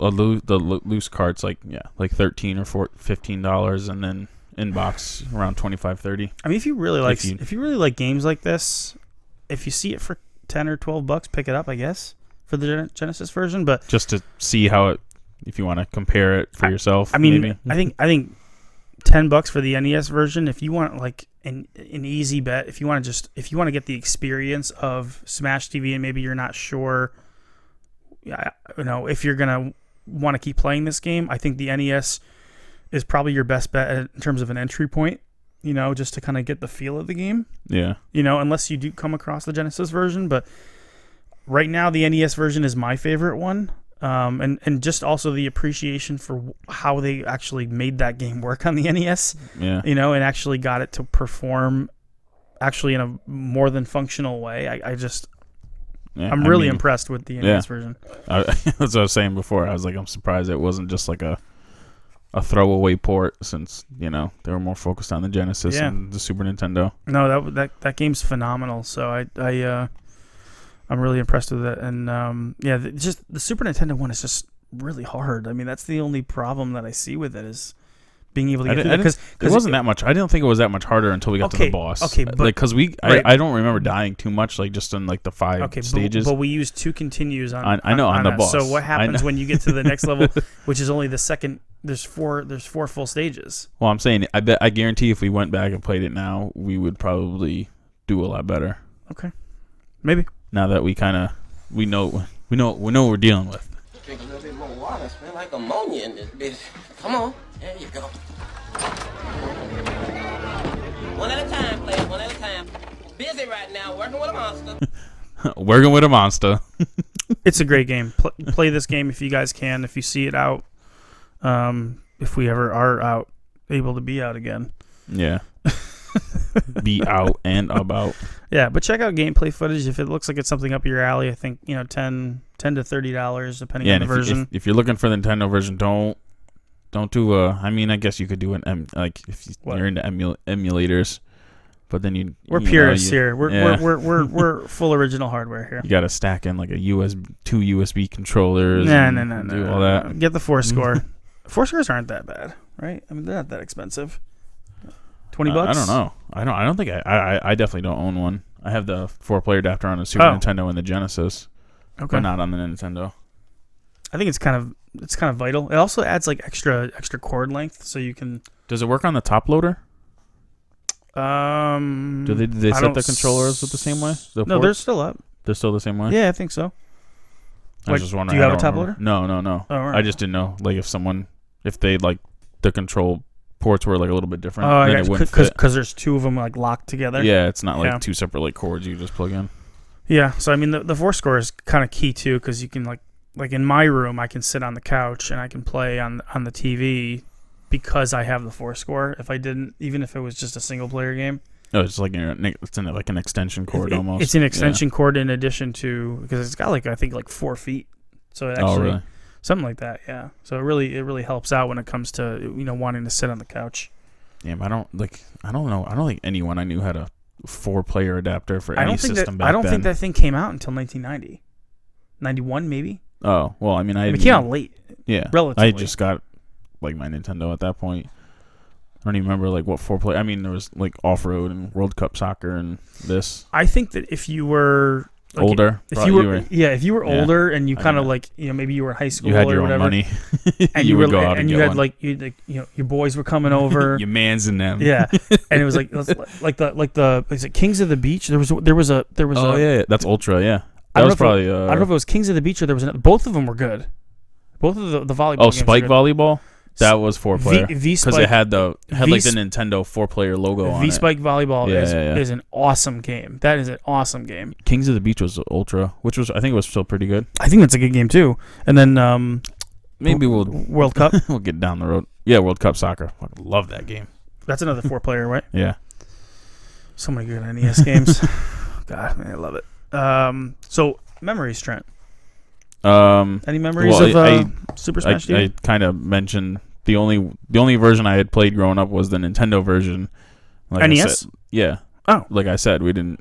Speaker 2: a loo- the lo- loose cart's like yeah, like thirteen or four, fifteen dollars, and then in box around 25 30
Speaker 1: I mean, if you really like if you,
Speaker 2: you-
Speaker 1: really like games like this, if you see it for ten or twelve bucks, pick it up, I guess, for the Gen- Genesis version. But
Speaker 2: just to see how it if you want to compare it for
Speaker 1: I-
Speaker 2: yourself.
Speaker 1: I mean,
Speaker 2: maybe.
Speaker 1: I think I think ten bucks for the NES version. If you want like an an easy bet, if you want to just if you want to get the experience of Smash TV, and maybe you're not sure, yeah, you know, if you're gonna want to keep playing this game, I think the NES is probably your best bet in terms of an entry point. You know, just to kind of get the feel of the game
Speaker 2: yeah.
Speaker 1: you know, unless you do come across the Genesis version. But right now, the NES version is my favorite one, um, and and just also the appreciation for w- how they actually made that game work on the NES,
Speaker 2: Yeah.
Speaker 1: you know, and actually got it to perform actually in a more than functional way. I, I just
Speaker 2: yeah,
Speaker 1: I'm
Speaker 2: I
Speaker 1: really
Speaker 2: mean,
Speaker 1: impressed with the NES
Speaker 2: yeah.
Speaker 1: version.
Speaker 2: I, <laughs> that's what I was saying before. I was like, I'm surprised it wasn't just like a a throwaway port since you know they were more focused on the Genesis
Speaker 1: Yeah.
Speaker 2: and the Super Nintendo.
Speaker 1: No, that that that game's phenomenal. So I I uh, I'm really impressed with it. And um, yeah, the, just the Super Nintendo one is just really hard. I mean, that's the only problem that I see with it is being able to
Speaker 2: I
Speaker 1: get
Speaker 2: didn't-
Speaker 1: through
Speaker 2: I
Speaker 1: because
Speaker 2: It wasn't that much. I didn't think it was that much harder until we got to
Speaker 1: Okay,
Speaker 2: the boss.
Speaker 1: okay, but-
Speaker 2: like because we,
Speaker 1: right.
Speaker 2: I, I don't remember dying too much. Like just in like the five
Speaker 1: okay,
Speaker 2: stages.
Speaker 1: But, but we use two continues on.
Speaker 2: I- I know, on the
Speaker 1: that. So
Speaker 2: boss.
Speaker 1: what
Speaker 2: I
Speaker 1: happens
Speaker 2: know.
Speaker 1: when you get to the
Speaker 2: <laughs>
Speaker 1: next level, which is only the second? There's four. There's four full stages.
Speaker 2: well, I'm saying I bet I guarantee if we went back and played it now, we would probably do a lot better.
Speaker 1: Okay, maybe.
Speaker 2: Now that we kind of we know we know we know what we're dealing with. <laughs>
Speaker 4: Drink a little bit more water, smell like ammonia in this bitch. Come on, there you go. One at a time, player, one at a time. Busy right now, working with a monster.
Speaker 2: Working with a monster.
Speaker 1: it's a great game. Pl- play this game if you guys can, if you see it out, um, if we ever are out, able to be out again. <laughs>
Speaker 2: yeah. Be out and about.
Speaker 1: Yeah, but check out gameplay footage if it looks like it's something up your alley. I think you know 10, 10 to thirty dollars depending
Speaker 2: yeah,
Speaker 1: on
Speaker 2: and
Speaker 1: the
Speaker 2: if,
Speaker 1: version.
Speaker 2: You, if, if you're looking for the Nintendo version, don't don't do a. I mean, I guess you could do an em, like if you-
Speaker 1: What?
Speaker 2: you're into emul- emulators, but then you
Speaker 1: we're
Speaker 2: you know,
Speaker 1: purists
Speaker 2: you,
Speaker 1: here. We're,
Speaker 2: yeah.
Speaker 1: we're, we're, we're, we're full original hardware
Speaker 2: <laughs>
Speaker 1: here.
Speaker 2: You got to stack in like a USB two USB controllers.
Speaker 1: No,
Speaker 2: and
Speaker 1: no, no, no.
Speaker 2: Do
Speaker 1: no,
Speaker 2: all
Speaker 1: no.
Speaker 2: that. Mm-hmm.
Speaker 1: Get the four score. four scores aren't that bad, right? I mean, they're not that expensive. Twenty
Speaker 2: Uh, I-
Speaker 1: bucks.
Speaker 2: I, don't know. I don't. I don't think I, I. I- I definitely don't own one. I have the four player adapter on the Super
Speaker 1: Oh.
Speaker 2: Nintendo and the Genesis,
Speaker 1: Okay.
Speaker 2: but not on the Nintendo.
Speaker 1: I think it's kind of it's kind of vital. It also adds like extra extra cord length, so you can
Speaker 2: Does it work on the top loader?
Speaker 1: Um,
Speaker 2: Do they do they
Speaker 1: I
Speaker 2: set
Speaker 1: don't
Speaker 2: the controllers with the same way? The
Speaker 1: no,
Speaker 2: ports?
Speaker 1: they're still up.
Speaker 2: they're still the same way.
Speaker 1: Yeah, I think so.
Speaker 2: I was
Speaker 1: Like,
Speaker 2: just wondering.
Speaker 1: do you
Speaker 2: I
Speaker 1: have a
Speaker 2: don't
Speaker 1: tablet
Speaker 2: remember. No, no, no.
Speaker 1: Oh, all
Speaker 2: I
Speaker 1: right.
Speaker 2: just didn't know. Like if someone, if they like the control ports were like a little bit
Speaker 1: Oh,
Speaker 2: different,
Speaker 1: I
Speaker 2: then
Speaker 1: got
Speaker 2: it wouldn't
Speaker 1: because
Speaker 2: fit.
Speaker 1: because there's two of them like locked together.
Speaker 2: yeah, it's not like
Speaker 1: Yeah.
Speaker 2: two separate like cords you just plug in.
Speaker 1: yeah. So I mean, the the four score is kind of key too, because you can like like in my room, I can sit on the couch and I can play on on the TV because I have the four score. If I didn't, even if it was just a single player game,
Speaker 2: No, Oh, it's like an, it's in like an extension cord
Speaker 1: it-
Speaker 2: almost.
Speaker 1: it's an
Speaker 2: Yeah.
Speaker 1: extension cord in addition to because it's got like I think like four feet. So it actually,
Speaker 2: oh really?
Speaker 1: something like that, yeah. So it really it really helps out when it comes to you know wanting to sit on the couch.
Speaker 2: Damn, I don't like. I don't know. I don't think anyone I knew had a four player adapter for
Speaker 1: I
Speaker 2: any
Speaker 1: don't think
Speaker 2: system
Speaker 1: that,
Speaker 2: back
Speaker 1: I don't
Speaker 2: then.
Speaker 1: think that thing came out until 1990, 91 maybe.
Speaker 2: Oh well, I mean, I,
Speaker 1: I mean, it
Speaker 2: didn't
Speaker 1: came
Speaker 2: even-
Speaker 1: out late.
Speaker 2: Yeah,
Speaker 1: Relatively.
Speaker 2: I just got like my Nintendo at that point. I don't even remember like what four play. I mean, there was like off road and World Cup soccer and this
Speaker 1: I think that if you were like,
Speaker 2: older.
Speaker 1: if
Speaker 2: bro,
Speaker 1: you were, yeah, if you were
Speaker 2: Yeah.
Speaker 1: older and you
Speaker 2: I
Speaker 1: kind of
Speaker 2: know.
Speaker 1: like you know maybe you were in high school
Speaker 2: you had
Speaker 1: or
Speaker 2: your own
Speaker 1: whatever, <laughs>
Speaker 2: money,
Speaker 1: and
Speaker 2: you
Speaker 1: you,
Speaker 2: would
Speaker 1: were
Speaker 2: go out
Speaker 1: and,
Speaker 2: and
Speaker 1: you
Speaker 2: get
Speaker 1: had
Speaker 2: one.
Speaker 1: like you like you know your boys were
Speaker 2: <laughs>
Speaker 1: coming over.
Speaker 2: your man's in them.
Speaker 1: Yeah, and it was like let's- like the like the is it Kings of the Beach? There was there was a there was
Speaker 2: Oh
Speaker 1: a
Speaker 2: yeah, yeah, that's Ultra. Yeah.
Speaker 1: I don't
Speaker 2: was
Speaker 1: know if it-
Speaker 2: probably, uh,
Speaker 1: I don't know if it was Kings of the Beach or there was another. Both of them were good. Both of the, the volleyball.
Speaker 2: Oh,
Speaker 1: games were
Speaker 2: spike
Speaker 1: good.
Speaker 2: volleyball. That was four player <laughs>
Speaker 1: V- V
Speaker 2: because
Speaker 1: Spike-
Speaker 2: it had the it had
Speaker 1: V
Speaker 2: like the
Speaker 1: Sp-
Speaker 2: Nintendo four player logo on
Speaker 1: V
Speaker 2: it.
Speaker 1: Spike Volleyball
Speaker 2: Yeah,
Speaker 1: is,
Speaker 2: yeah, yeah.
Speaker 1: is an awesome game. That is an awesome game.
Speaker 2: Kings of the Beach was ultra, which was I think it was still pretty good.
Speaker 1: I think that's a good game too. And then um,
Speaker 2: Maybe we'll
Speaker 1: World Cup.
Speaker 2: <laughs> we'll get down the road. Yeah, World Cup soccer. Fucking love that game.
Speaker 1: that's another four player, right?
Speaker 2: Yeah.
Speaker 1: So many good NES
Speaker 2: <laughs>
Speaker 1: games. God, man, I love it. Um, so memories, Trent.
Speaker 2: Um,
Speaker 1: Any memories
Speaker 2: Well,
Speaker 1: of
Speaker 2: I-
Speaker 1: uh, Super
Speaker 2: I,
Speaker 1: Smash Bros.
Speaker 2: I kind of mentioned the only the only version I had played growing up was the Nintendo version. Like I
Speaker 1: NES?
Speaker 2: said- yeah.
Speaker 1: E Oh.
Speaker 2: Like I said, we didn't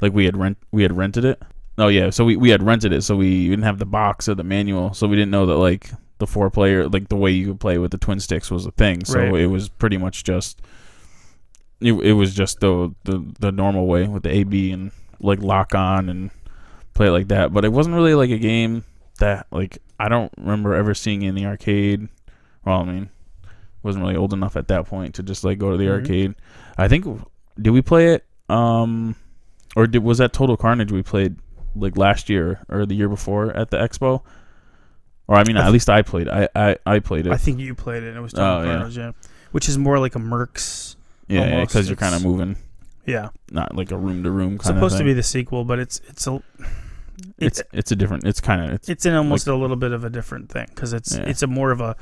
Speaker 2: like we had rent we had rented it. Oh yeah, so we, we had rented it, so we didn't have the box or the manual, so we didn't know that like the four player like the way you could play with the twin sticks was a thing. So
Speaker 1: Right.
Speaker 2: it was pretty much just it, it was just the, the the normal way with the A B and like lock on and play it like that. But it wasn't really like a game that like I don't remember ever seeing in the arcade. Well, I mean, wasn't really old enough at that point to just like go to the
Speaker 1: Mhm.
Speaker 2: arcade. I think did we play it? Um, or did was that Total Carnage we played like last year or the year before at the expo? Or I mean, at least I played. I I, I played it.
Speaker 1: I think you played it. and It was
Speaker 2: Oh,
Speaker 1: Tom
Speaker 2: yeah.
Speaker 1: Carnage, yeah. Which is more like a Mercs.
Speaker 2: yeah,
Speaker 1: almost,
Speaker 2: because you're kind of
Speaker 1: it's-
Speaker 2: moving,
Speaker 1: Yeah,
Speaker 2: not like a room to room kind
Speaker 1: supposed
Speaker 2: of
Speaker 1: to be the sequel, but it's it's a
Speaker 2: It's it's a different. It's kind of it's
Speaker 1: it's in almost a little bit of a different thing because it's
Speaker 2: Yeah.
Speaker 1: it's a more of a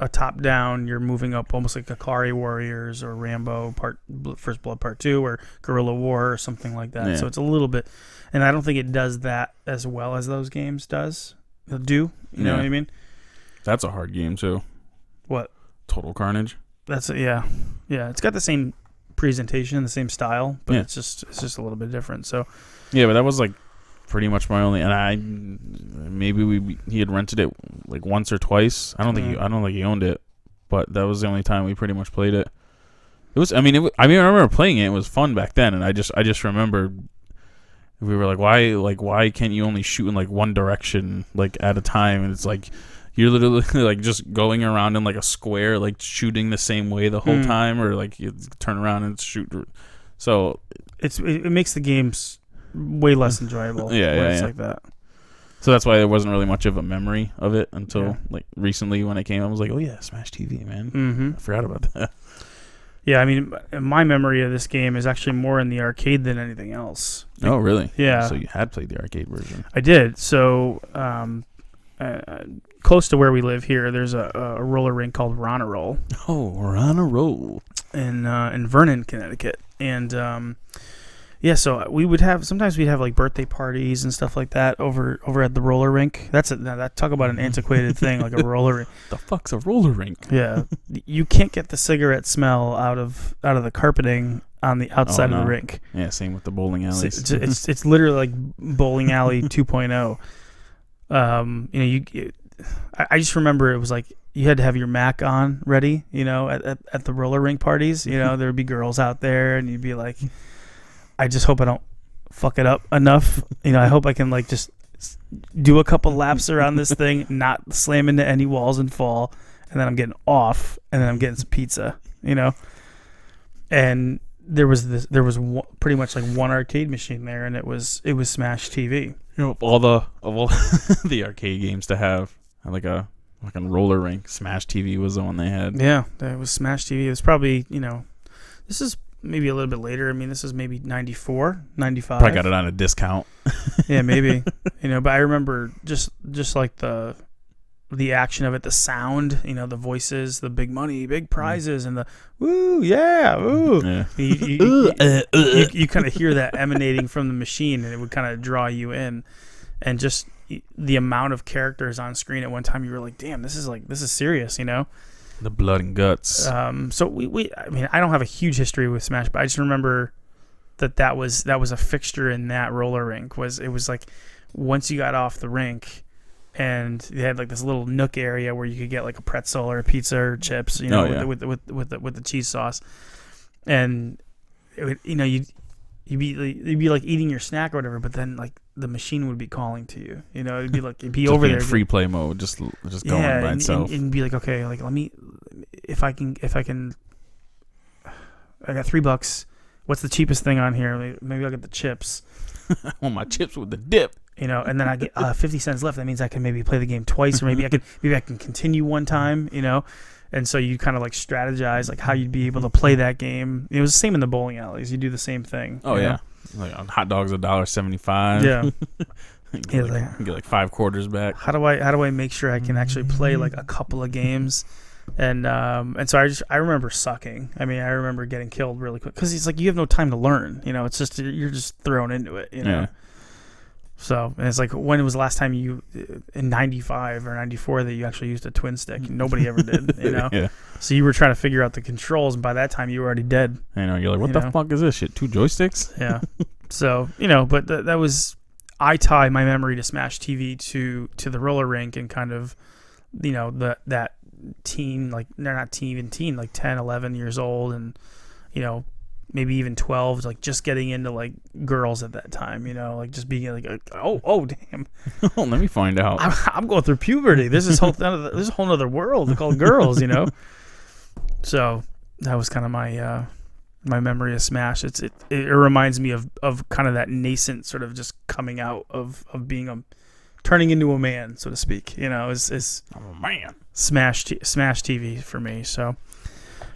Speaker 1: a top down. You're moving up almost like Akari Warriors or Rambo Part Bl- First Blood Part Two or Guerrilla War or something like that.
Speaker 2: Yeah.
Speaker 1: So it's a little bit, and I don't think it does that as well as those games does do. You know
Speaker 2: Yeah.
Speaker 1: what I mean?
Speaker 2: that's a hard game too.
Speaker 1: What?
Speaker 2: Total Carnage.
Speaker 1: That's yeah, yeah. It's got the same presentation, the same style, but
Speaker 2: Yeah.
Speaker 1: it's just it's just a little bit different. So
Speaker 2: Yeah, but that was like pretty much my only. And I maybe we he had rented it like once or twice. I don't think he,
Speaker 1: Yeah.
Speaker 2: I don't think he owned it, but that was the only time we pretty much played it. It was. I mean, it, wa- I mean, I remember playing it. It was fun back then, and I just I just remember we were like, why like why can't you only shoot in like one direction like at a time? And it's like. You're literally <laughs> like just going around in like a square, like shooting the same way the whole
Speaker 1: Mm.
Speaker 2: time, or like you turn around and shoot. So
Speaker 1: it's it, it makes the games way less
Speaker 2: <laughs>
Speaker 1: enjoyable.
Speaker 2: Yeah,
Speaker 1: when
Speaker 2: yeah,
Speaker 1: it's
Speaker 2: yeah.
Speaker 1: like that.
Speaker 2: So that's why there wasn't really much of a memory of it until
Speaker 1: Yeah.
Speaker 2: like recently when I came. I was like, oh yeah, Smash TV, man.
Speaker 1: Mm-hmm.
Speaker 2: I forgot about that. <laughs>
Speaker 1: Yeah, I mean, m- my memory of this game is actually more in the arcade than anything else.
Speaker 2: oh really?
Speaker 1: Yeah.
Speaker 2: So you had played the arcade version.
Speaker 1: I did. So, um, uh, close to where we live here, there's a, a roller rink called Roll
Speaker 2: Oh, we're on a roll.
Speaker 1: in uh, in Vernon, Connecticut, and um, yeah, so uh, we would have sometimes we'd have like birthday parties and stuff like that over over at the roller rink. That's a, now that talk about an antiquated thing like a roller rink.
Speaker 2: The fuck's a roller rink?
Speaker 1: Yeah, you can't get the cigarette smell out of out of the carpeting on the outside of
Speaker 2: no.
Speaker 1: the rink.
Speaker 2: Yeah, same with the bowling
Speaker 1: So It's,
Speaker 2: alleys.
Speaker 1: it's it's literally like bowling alley
Speaker 2: <laughs>
Speaker 1: 2.0. Um, you know, you, you- I, I just remember it was like you had to have your Mac on ready. You know, at, at, at the roller rink parties, you know, there'd be girls out there, and you'd be like, I just hope I don't fuck it up enough. You know, I hope I can like just s- do a couple laps around this
Speaker 2: <laughs>
Speaker 1: thing, not slam into any walls and fall, and then I'm getting off, and then I'm getting some pizza. You know, and there was this there was one, pretty much like one arcade machine there and it was it was smash tv
Speaker 2: You know, of all the of all <laughs> the arcade games to have like a fucking roller rink. Smash TV was the one they had.
Speaker 1: yeah it was smash tv it was probably you know this is maybe a little bit later i mean this is maybe 94 95
Speaker 2: Probably got it on a discount.
Speaker 1: yeah
Speaker 2: <laughs>
Speaker 1: maybe you know but i remember just just like the the action of it the sound you know the voices the big money big prizes and the woo yeah woo
Speaker 2: Mm. Yeah.
Speaker 1: you, you- you-
Speaker 2: Uh,
Speaker 1: <laughs> you, you kind of hear that emanating from the machine and it would kind of draw you in and just y- the amount of characters on screen at one time you were like damn this is like this is serious you know
Speaker 2: The blood and guts.
Speaker 1: um, so we, we i mean i don't have a huge history with smash but i just remember that that was that was a fixture in that roller rink was it was like once you got off the rink and they had like this little nook area where you could get like a pretzel or a pizza or chips you know
Speaker 2: Oh, yeah.
Speaker 1: with, the, with, the, with, with, the, with the cheese sauce and it would, you know you you'd be like, you'd be like eating your snack or whatever, but then like the machine would be calling to you. You know, it'd be like
Speaker 2: <laughs>
Speaker 1: it'd be
Speaker 2: Just
Speaker 1: over
Speaker 2: being
Speaker 1: there,
Speaker 2: free play mode, just just going
Speaker 1: yeah,
Speaker 2: by
Speaker 1: and,
Speaker 2: itself. <laughs>
Speaker 1: and, and be like, okay, <sighs> like let me if I can if I can, I got three bucks. what's the cheapest thing on here? Maybe I'll get the chips.
Speaker 2: I want my chips with the dip.
Speaker 1: You know, and then I get
Speaker 2: <laughs>
Speaker 1: uh, fifty cents left. That means I can maybe play the game twice, or maybe I
Speaker 2: Mm-hmm.
Speaker 1: can maybe I can continue one time. You know, and so you kind of like strategize like how you'd be able to play that game. It was the same in the bowling alleys. You do the same thing.
Speaker 2: Oh
Speaker 1: you
Speaker 2: yeah,
Speaker 1: know?
Speaker 2: like on hot dogs a dollar seventy five.
Speaker 1: yeah.
Speaker 2: <laughs> you
Speaker 1: Yeah,
Speaker 2: get, like,
Speaker 1: they-
Speaker 2: you get like five quarters back.
Speaker 1: how do I how do I make sure I can actually play like a couple of games? And um and so I just I remember sucking. I mean I remember getting killed really quick because it's like you have no time to learn. You know, it's just you're just thrown into it. You know.
Speaker 2: Yeah.
Speaker 1: So and it's like when was the last time you in '95 or '94 that you actually used a twin
Speaker 2: <laughs>
Speaker 1: stick? Nobody ever did. You know.
Speaker 2: yeah,
Speaker 1: So you were trying to figure out the controls, and by that time you were already dead.
Speaker 2: I know. You're like, what
Speaker 1: You
Speaker 2: the
Speaker 1: know?
Speaker 2: fuck is this shit? Two joysticks? <laughs>
Speaker 1: Yeah. so you know, but th- that was I tie my memory to Smash TV to to the roller rink and kind of you know the that teen like they're not teen even teen like 10 11 years old and you know maybe even 12 like just getting into like girls at that time you know like just being like oh oh damn
Speaker 2: oh, let me find out.
Speaker 1: I'm, <laughs> I'm going through puberty this is whole <laughs> this is a whole other world called girls you know <laughs> so that was kind of my uh my memory of Smash. It's it, it reminds me of of kind of that nascent sort of just coming out of of being a turning into a man, so to speak. You know, is is
Speaker 2: oh man.
Speaker 1: Smash t- Smash TV for me. So,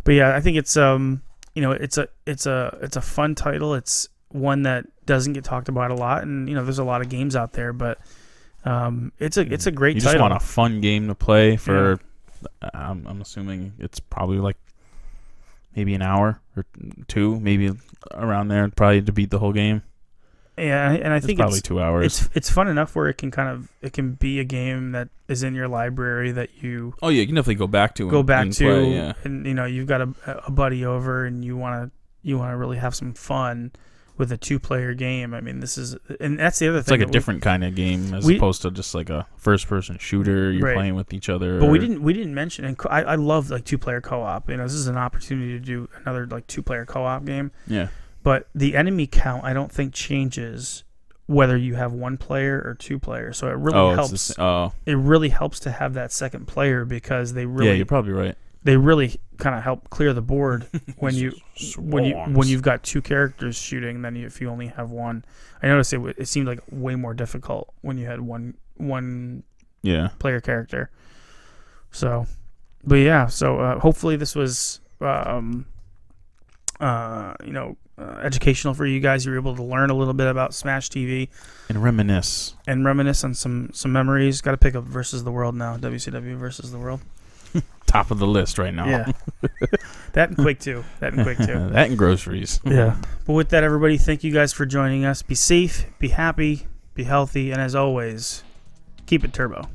Speaker 1: but yeah, I think it's um you know it's a it's a it's a fun title. It's one that doesn't get talked about a lot, and you know there's a lot of games out there, but um it's a it's a great
Speaker 2: You just
Speaker 1: title.
Speaker 2: want a fun game to play for. uh, I'm, I'm assuming it's probably like maybe an hour or two, maybe around there, probably to beat the whole game.
Speaker 1: yeah, and I
Speaker 2: It's
Speaker 1: think
Speaker 2: probably
Speaker 1: it's
Speaker 2: two hours.
Speaker 1: it's it's fun enough where it can kind of it can be a game that is in your library that you
Speaker 2: oh yeah, you can definitely go back to.
Speaker 1: go
Speaker 2: and-
Speaker 1: back
Speaker 2: and
Speaker 1: to
Speaker 2: play, yeah.
Speaker 1: and you know you've got a, a buddy over and you want to you want to really have some fun with a two player game i mean this is and that's the other
Speaker 2: It's
Speaker 1: thing
Speaker 2: like a
Speaker 1: that we-
Speaker 2: different kind of game as
Speaker 1: we-
Speaker 2: opposed to just like a first person shooter. You're
Speaker 1: Right.
Speaker 2: playing with each other.
Speaker 1: but we
Speaker 2: or-
Speaker 1: didn't we didn't mention and co- I, I love like two player co-op you know this is an opportunity to do another like two player co-op game
Speaker 2: Yeah.
Speaker 1: but the enemy count i don't think changes whether you have one player or two players so it really
Speaker 2: oh,
Speaker 1: helps
Speaker 2: It's the, sa- oh,
Speaker 1: it really helps to have that second player because they really
Speaker 2: yeah. You're probably right.
Speaker 1: they really kind of help clear the
Speaker 2: <laughs>
Speaker 1: board when you when you when
Speaker 2: Swarms.
Speaker 1: you've got two characters shooting than if you only have one. I noticed it. wa- It seemed like way more difficult when you had one one
Speaker 2: Yeah.
Speaker 1: player character. So, but yeah. So uh, hopefully this was um, uh, you know uh, educational for you guys. You were able to learn a little bit about Smash TV
Speaker 2: And reminisce.
Speaker 1: and reminisce on some some memories. Got to pick up versus the world now. WCW versus the world.
Speaker 2: Top of the list right now. Uh,
Speaker 1: Yeah, <laughs> that and Quake Two. That and Quake
Speaker 2: <laughs>
Speaker 1: Two.
Speaker 2: that
Speaker 1: <laughs>
Speaker 2: and groceries.
Speaker 1: Yeah. But with that, everybody, thank you guys for joining us. Be safe, be happy, be healthy, and as always, keep it turbo.